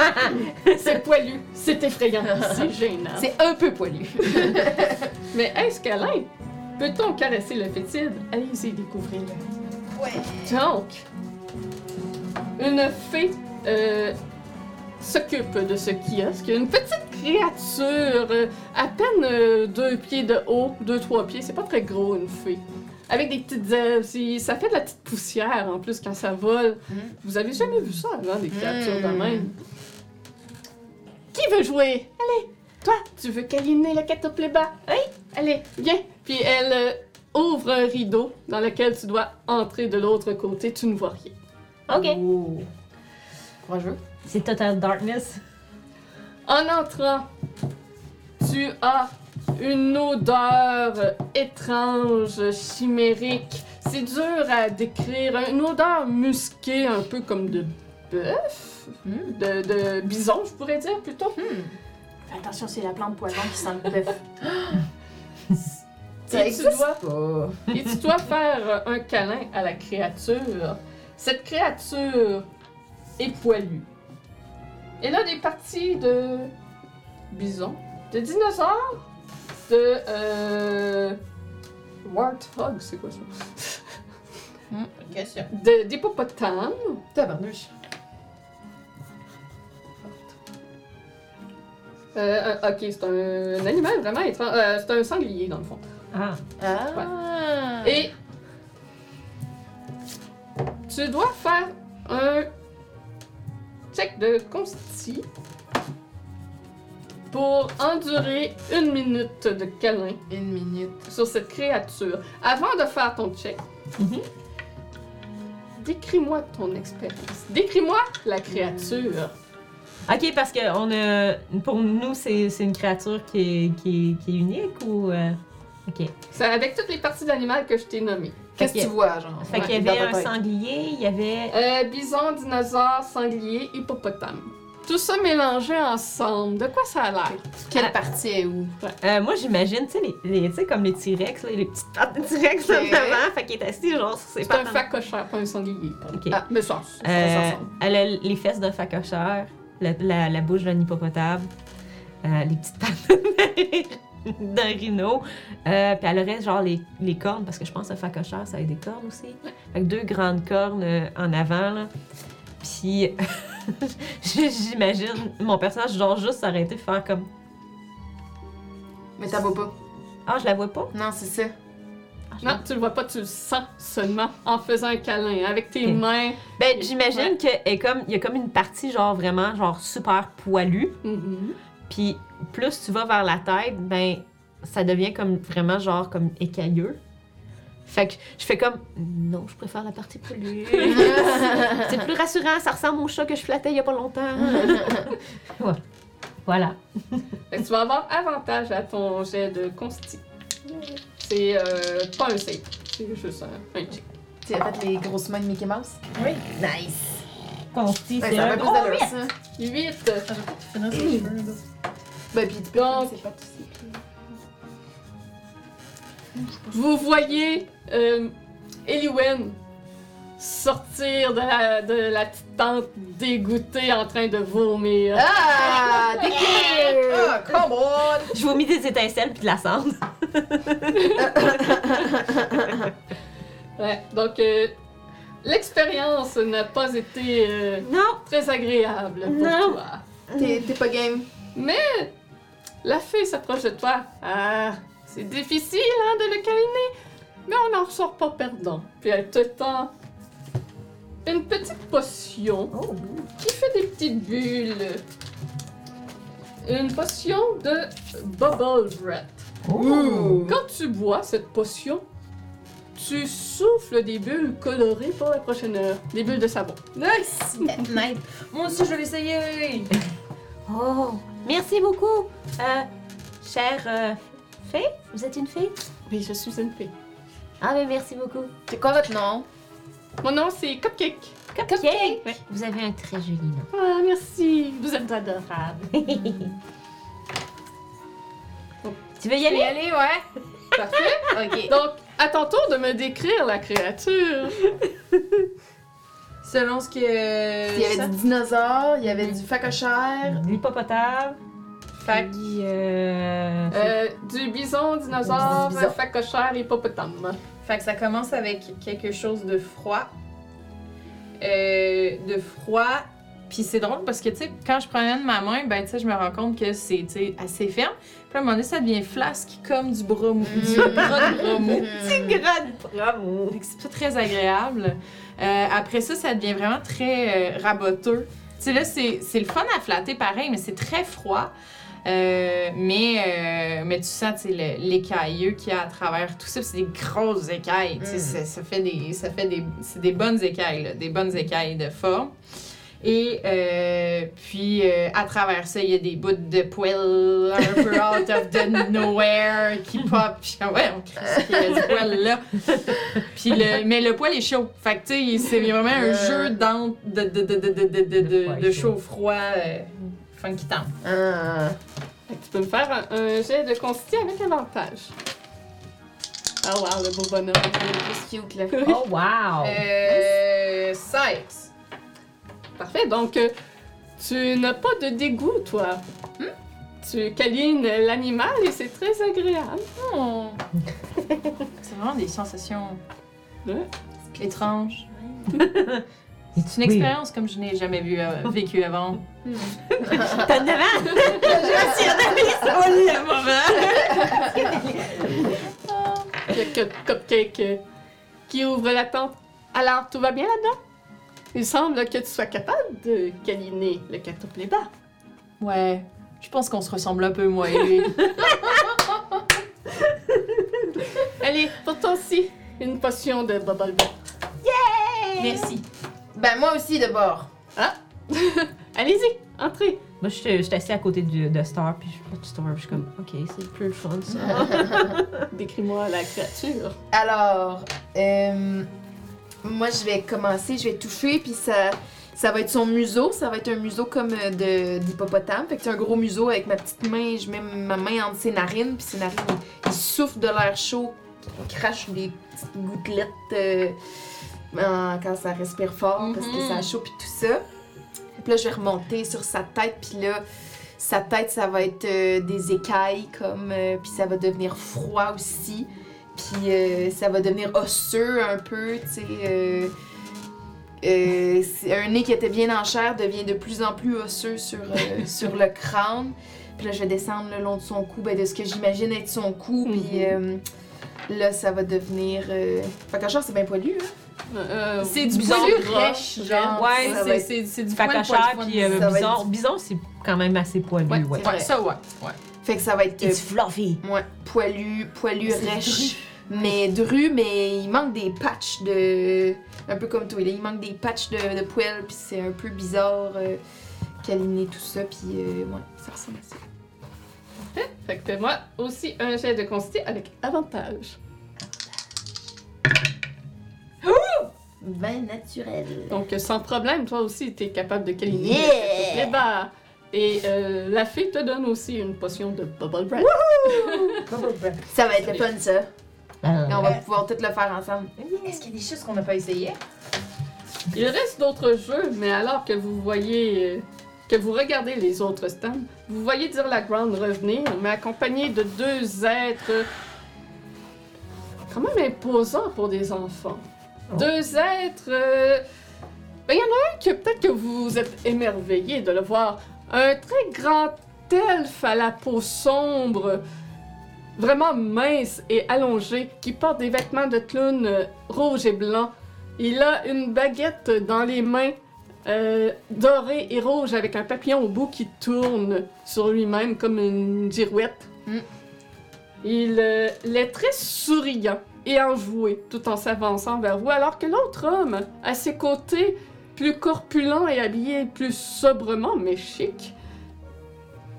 S1: c'est poilu, c'est effrayant, c'est gênant.
S2: C'est un peu poilu.
S1: Mais est-ce qu'Alain, peut-on caresser le fétide? Allez-y, découvrez-le. Ouais. Donc, une fée euh, s'occupe de ce kiosque. Une petite créature, euh, à peine euh, deux pieds de haut, deux, trois pieds. C'est pas très gros, une fée. Avec des petites ailes, si- ça fait de la petite poussière en plus quand ça vole.
S2: Mm.
S1: Vous avez jamais vu ça avant, des créatures de
S2: Mm.
S1: même. Qui veut jouer? Allez, toi, tu veux câliner le catopléba? Allez, viens. Puis elle euh, ouvre un rideau dans lequel tu dois entrer de l'autre côté. Tu ne vois rien.
S5: OK.
S2: Oh. Courageux.
S5: C'est Total Darkness.
S1: En entrant, tu as une odeur étrange, chimérique. C'est dur à décrire. Une odeur musquée, un peu comme de bœuf,
S2: Mm.
S1: de, de bison, je pourrais dire plutôt.
S3: Hmm. Fais attention, c'est la plante poison qui sent le bœuf.
S1: Et tu
S2: existe
S1: dois-
S2: pas.
S1: Et tu dois faire un câlin à la créature. Cette créature est poilue. Elle a des parties de bison, de dinosaures, de euh... warthog, c'est quoi ça
S3: Question.
S1: De d'hippopotame.
S2: Tabarnouche.
S1: Euh, un- ok, c'est un, animal vraiment étrange. Euh, c'est un sanglier dans le fond.
S5: Ah.
S2: Ah.
S1: Et tu dois faire un check de consti pour endurer une minute de câlin
S2: Une minute.
S1: sur cette créature. Avant de faire ton check,
S5: Mhm.
S1: décris-moi ton expérience. Décris-moi la créature.
S2: Hmm.
S5: OK, parce que on a, pour nous, c'est c'est une créature qui est, qui est- qui est unique ou... euh, OK.
S1: C'est avec toutes les parties d'animal que je t'ai nommées.
S2: Qu'est-ce que
S5: qu'il y
S2: tu
S5: a-
S2: vois, genre?
S5: Fait
S2: Ouais,
S5: qu'il y
S2: dans
S5: avait
S2: ta
S5: un
S2: tête.
S5: sanglier, il y avait...
S1: Euh, bison, dinosaure, sanglier, hippopotame. Tout ça mélangé ensemble. De quoi ça a l'air?
S2: Quelle partie est où?
S5: Euh, moi, j'imagine, tu sais, les, les- tu sais, comme les T-Rex, là, les petites pattes de T-Rex en
S2: Ok.
S5: avant, fait qu'il est assis, genre, sur ses
S1: C'est un
S5: pattes. en-
S1: facochère, pas un sanglier.
S5: OK.
S1: Ah, mais ça, ça, ça
S5: Euh,
S1: ressemble.
S5: elle a les fesses d'un facocheur, la, la- la bouche d'un hippopotame, euh, les petites pattes d'un rhino. Euh, Puis elle aurait genre les, les cornes, parce que je pense que un facocheur, ça a des cornes aussi. Fait que deux grandes cornes euh, en avant, là. Puis j'imagine mon personnage, genre, juste s'arrêter, faire comme
S2: Mais t'as vois pas.
S5: Ah, je la vois pas.
S2: Non, c'est ça.
S5: Ah, je la-
S1: Non, tu le vois pas, tu le sens seulement en faisant un câlin. Avec tes
S5: Ok.
S1: mains,
S5: Ben, j'imagine que elle est comme, il y a comme une partie, genre, vraiment, genre, super poilue.
S1: Mhm.
S5: Puis plus tu vas vers la tête, ben ça devient comme vraiment genre comme écailleux. Fait que je fais comme non, je préfère la partie pollue. C'est plus rassurant, ça ressemble au chat que je flattais il y a pas longtemps. Ouais. Voilà.
S1: Fait que tu vas avoir avantage à ton jet de consti. C'est euh, pas un save, c'est juste un, un check.
S2: Tu as fait les grosses mains de Mickey Mouse?
S5: Oui. Nice. Consti,
S2: Ouais, Ben,
S5: c'est
S2: ça
S5: un
S2: fait
S8: Oh,
S2: plus
S5: gros
S2: d'allure,
S5: huit.
S2: ça.
S1: 8.
S5: Bah,
S2: Ben, puis tu peux.
S1: Donc-
S2: c'est pas tout ça.
S1: Vous voyez euh, Eliwen sortir de la, de la petite tente dégoûtée en train de vomir.
S2: Ah, dégueu!
S3: Ah, come on!
S5: Je vomis des étincelles puis de la cendre. Ah.
S1: Ouais, donc euh, l'expérience n'a pas été euh,
S5: Non!
S1: très agréable pour
S5: Non.
S1: toi.
S2: T'es t'es pas game.
S1: La fée s'approche de toi. Ah, c'est difficile hein, de le câliner, mais on n'en ressort pas perdant. Puis elle te tend une petite potion qui fait des petites bulles. Une potion de bubble breath.
S8: Oh!
S1: Quand tu bois cette potion, tu souffles des bulles colorées pour la prochaine heure. Des bulles de savon.
S3: Nice! nice! Moi aussi, je vais l'essayer!
S8: Oh, merci beaucoup. Euh, chère euh, fée, vous êtes une fée?
S1: Oui, je suis une fée.
S8: Ah, mais merci beaucoup.
S2: C'est quoi votre nom?
S1: Mon nom, c'est Cupcake.
S8: Cupcake! Vous avez un très joli nom.
S1: Ah, merci. Vous êtes adorable.
S5: Tu veux y aller?
S2: Y aller, ouais?
S1: Parfait.
S2: Ok.
S1: Donc, à ton tour de me décrire la créature.
S3: Selon ce que.
S2: Il y avait du dinosaure, il y avait du facochère.
S5: L'hippopotame.
S1: Fac.
S5: Puis, euh,
S1: Euh, du bison, dinosaure,
S2: Du bison.
S1: facochère, hippopotame.
S3: Fait que ça commence avec quelque chose de froid. Euh, de froid. Puis c'est drôle parce que, tu sais, quand je promène ma main, ben, tu sais, je me rends compte que c'est, tu sais, assez ferme. Puis à un moment donné, ça devient flasque comme du bras mou. Du bras de bras mou.
S2: Hmm.
S5: Bravo!
S3: Fait que C'est pas très agréable. Euh, après ça, ça devient vraiment très euh, raboteux. Tu sais, là, c'est c'est le fun à flatter pareil, mais c'est très froid. Euh, mais, euh, mais tu sens tu sais, le- l'écailleux qu'il y a à travers tout ça. puis C'est des grosses écailles. tu sais,
S2: Mm.
S3: Ça, ça fait des, ça fait des, c'est des bonnes écailles, là, des bonnes écailles de forme. Et euh, puis, euh, à travers ça, il y a des bouts de poils un peu out of the nowhere qui pop. Puis, ah ouais, on crie qu'il y a du poil là. Puis le, mais le poil est chaud. Fait que, tu sais, c'est vraiment un jeu d'en- de, de, de, de, de, de, de, de, de chaud-froid euh, funky town.
S2: Ah.
S1: Fait que tu peux me faire un, un jet de consti avec avantage. Ah wow, le beau bonhomme.
S2: C'est cute, là.
S5: Oh, wow!
S3: Euh. 16.
S1: Parfait, donc euh, tu n'as pas de dégoût, toi. Hmm? Tu câlines l'animal et c'est très agréable.
S3: Hmm. C'est vraiment des sensations
S1: Ouais.
S3: étranges. C'est
S5: It's
S3: une
S5: weird.
S3: expérience comme je n'ai jamais vu, euh, vécue avant.
S5: T'as 9 ans?
S1: Il y a que Cupcake euh, qui ouvre la tente. Alors, tout va bien là-dedans? Il semble que tu sois capable de câliner le quintuple bas.
S3: Ouais. Je pense qu'on se ressemble un peu, moi et lui.
S1: Allez, pour toi aussi, une potion de bubble bath.
S3: Merci.
S2: Ben, moi aussi, de bord.
S1: Allez-y, entrez.
S5: Moi, je suis je suis assise à côté du- de Star, puis je, du Star, puis je suis comme, OK, c'est plus le fun, ça.
S1: Décris-moi la créature.
S2: Alors, euh, moi, je vais commencer, je vais toucher, puis ça, ça va être son museau. Ça va être un museau comme euh, de- d'hippopotame. Fait que c'est un gros museau avec ma petite main. Je mets ma main entre ses narines, puis ses narines, il, il souffle de l'air chaud, il crache des petites gouttelettes euh, en- quand ça respire fort, parce que ça a chaud, puis tout ça. Puis là, je vais remonter sur sa tête, puis là, sa tête, ça va être euh, des écailles, comme, euh, puis ça va devenir froid aussi. Puis euh, ça va devenir osseux un peu, tu sais. euh, euh, c'est- un nez qui était bien en chair devient de plus en plus osseux sur, euh, sur le crâne. Puis là, je vais descendre le long de son cou, ben, de ce que j'imagine être son cou. Puis euh, là, ça va devenir. Euh... Facochard, c'est bien poilu, hein?
S1: Euh,
S3: C'est du
S1: bison
S3: poilu
S1: gras,
S3: rêche,
S1: genre.
S5: Ouais,
S2: ça
S3: c'est-
S2: va être-
S3: c'est c'est du poil
S5: Facochère,
S3: poil,
S5: puis
S3: poil.
S5: euh,
S2: Ça va
S5: bison. Bison, c'est quand même assez poilu,
S1: Ouais,
S5: ouais.
S2: c'est
S3: Ouais, ça, ouais. ouais.
S2: Fait que ça va être euh,
S8: It's fluffy.
S2: Ouais, poilu, poilu, rêche, mais dru, mais il manque des patchs de. Un peu comme toi, là, il manque des patchs de, de poils, puis c'est un peu bizarre euh, câliner tout ça, puis euh, ouais, ça ressemble à ça.
S1: Fait que fais-moi aussi un jet de consti avec avantage.
S2: Ben naturel.
S1: Donc, euh, sans problème, toi aussi, t'es capable de câliner
S2: Yeah!
S1: le quintuple bas. Et euh, la fée te donne aussi une potion de bubble breath.
S2: Ça va être le fun, ça. Et on va pouvoir tout le faire ensemble.
S3: Est-ce qu'il y a des choses qu'on n'a pas essayées?
S1: Il reste d'autres jeux, mais alors que vous voyez, euh, que vous regardez les autres stands, vous voyez dire la Grande revenir, mais accompagné de deux êtres euh, quand même imposants pour des enfants. Deux êtres. euh, ben, Il y en a un que peut-être que vous êtes émerveillé de le voir. Un très grand elfe à la peau sombre, vraiment mince et allongé, qui porte des vêtements de clown euh, rouge et blanc il a une baguette dans les mains, euh, dorée et rouge, avec un papillon au bout qui tourne sur lui-même comme une girouette.
S7: Mm.
S1: Il euh, il est très souriant et enjoué tout en s'avançant vers vous, alors que l'autre homme, à ses côtés, plus corpulent et habillé plus sobrement mais chic,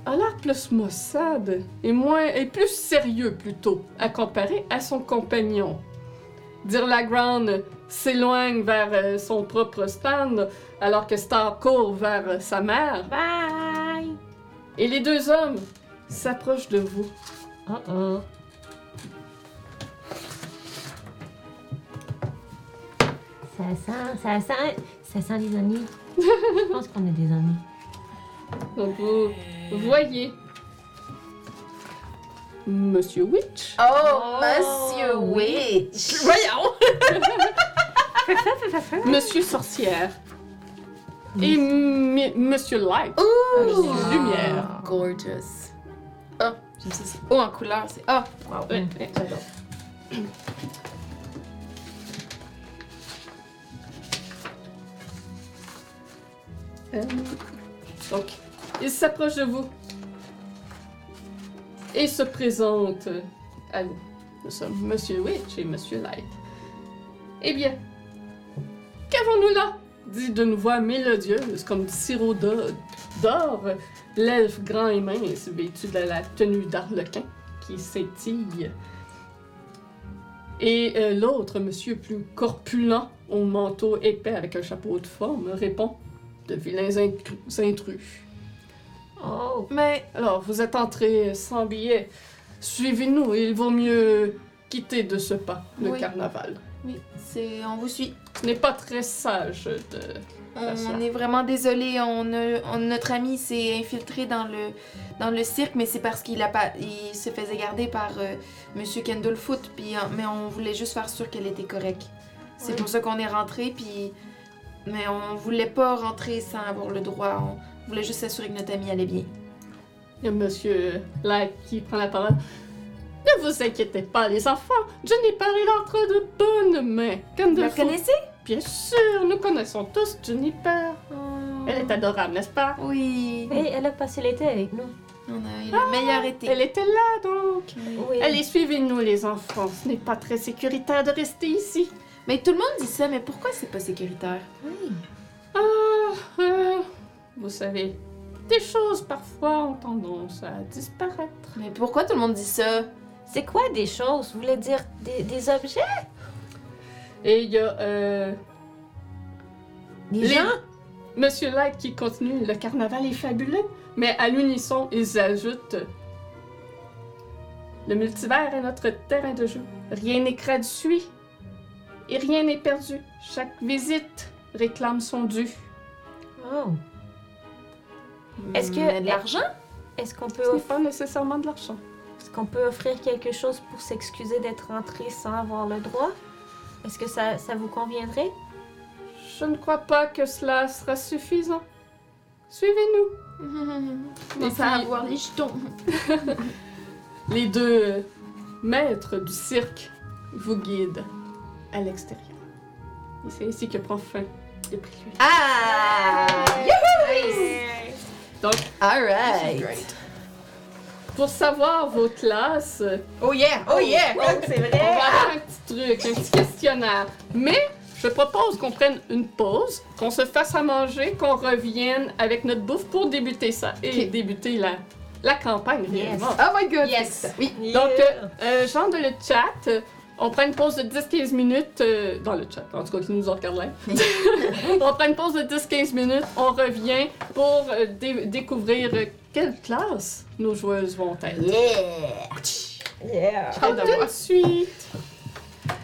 S1: a l'air plus maussade et, moins, et plus sérieux plutôt, à comparer à son compagnon. Dire la grande s'éloigne vers euh, son propre stand, alors que Star court vers euh, sa mère.
S4: Bye!
S1: Et les deux hommes s'approchent de vous.
S5: Oh
S4: Uh-uh.
S5: oh.
S4: Ça sent, ça sent, ça sent les ennuis. Je pense qu'on a des ennuis.
S1: Donc vous voyez Monsieur Witch.
S2: Oh, Monsieur Witch!
S1: Voyons! Monsieur Sorcière. Et mi- Monsieur Light.
S2: Ouh!
S1: Monsieur Lumière.
S2: Oh, Gorgeous. Ah, j'aime ça, c'est haut en couleur, c'est... Ah! Wow!
S1: Ouais, ouais, j'adore. Euh, Donc, il s'approche de vous et se présente à vous. Nous sommes Monsieur Witch et Monsieur Light. Eh bien, qu'avons-nous là dit d'une voix mélodieuse comme du sirop d'or- d'or, l'elfe grand et mince vêtu de la tenue d'arlequin qui s'étille. Et euh, l'autre, monsieur plus corpulent, au manteau épais avec un chapeau de forme, répond De vilains intrus- intrus.
S5: Oh.
S1: Mais alors, vous êtes entré sans billet. Suivez-nous, il vaut mieux quitter de ce pas le
S2: Oui.
S1: carnaval.
S2: Oui, c'est... On vous suit.
S1: Ce n'est pas très sage de.
S2: On,
S1: Ça
S2: Euh, on est vraiment désolé. On a- on- notre ami s'est infiltré dans le, dans le cirque, mais c'est parce qu'il a pas, il se faisait garder par euh, Monsieur Kendall Foot. Puis, hein, mais on voulait juste faire sûr qu'elle était correcte. C'est pour ça qu'on est rentré. Puis, mais on voulait pas rentrer sans avoir le droit. On voulait juste s'assurer que notre ami allait bien.
S1: Il y a monsieur Black qui prend la parole. Ne vous inquiétez pas, les enfants, Johnny Parry entre de bonnes mains. Comme de
S2: Vous la
S1: faux-
S2: connaissez
S1: Bien sûr, nous connaissons tous Juniper. Elle
S2: Mhm.
S1: est adorable, n'est-ce pas?
S2: Oh. Oui.
S4: Et elle a passé l'été avec nous.
S2: On a eu le meilleur été.
S1: Elle était là donc.
S4: Oui.
S1: Allez, suivez-nous les enfants. Ce n'est pas très sécuritaire de rester ici.
S2: Mais tout le monde dit ça. Mais pourquoi c'est pas sécuritaire
S1: Ah, euh, vous savez, des choses parfois ont tendance à disparaître.
S2: Mais pourquoi tout le monde dit ça
S4: C'est quoi des choses? Vous voulez dire des, des objets?
S1: Et il y a euh,
S4: Des
S1: Les-
S4: gens?
S1: Monsieur Light qui continue Le carnaval est fabuleux, mais à l'unisson, ils ajoutent Le multivers est notre terrain de jeu. Rien n'est gratuit et rien n'est perdu. Chaque visite réclame son dû.
S5: Oh.
S4: Est-ce que-
S2: Mais Hmm, de l'argent
S4: Est-ce qu'on peut,
S1: Ce n'est
S4: off-
S1: pas nécessairement de l'argent.
S4: est-ce qu'on peut offrir quelque chose pour s'excuser d'être entré sans avoir le droit? Est-ce que ça, ça vous conviendrait?
S1: Je ne crois pas que cela sera suffisant. Suivez-nous.
S2: Mais
S1: ça
S2: ça
S1: va
S2: avoir les jetons.
S1: Les deux euh, maîtres du cirque vous guident à l'extérieur. Et c'est ici que prend fin le prélude.
S2: Ah!
S1: Donc,
S2: Alright!
S1: pour savoir vos classes,
S7: Oh yeah! Oh yeah!
S1: on
S5: Eh,
S1: va faire un petit truc, un petit questionnaire. Mais je propose qu'on prenne une pause, qu'on se fasse à manger, qu'on revienne avec notre bouffe pour débuter ça et
S2: Ok.
S1: débuter la, la campagne réellement.
S2: Oh my god!
S7: Yes.
S2: Oui!
S1: Donc, euh, euh, gens de le chat, euh, on prend une pause de 10-15 minutes. euh, dans le chat, en tout cas, qui nous regardent là. on prend une pause de 10-15 minutes, on revient pour euh, dé- découvrir euh, quelle classe nos joueuses vont être.
S2: Yeah!
S5: Yeah.
S1: À tout de suite!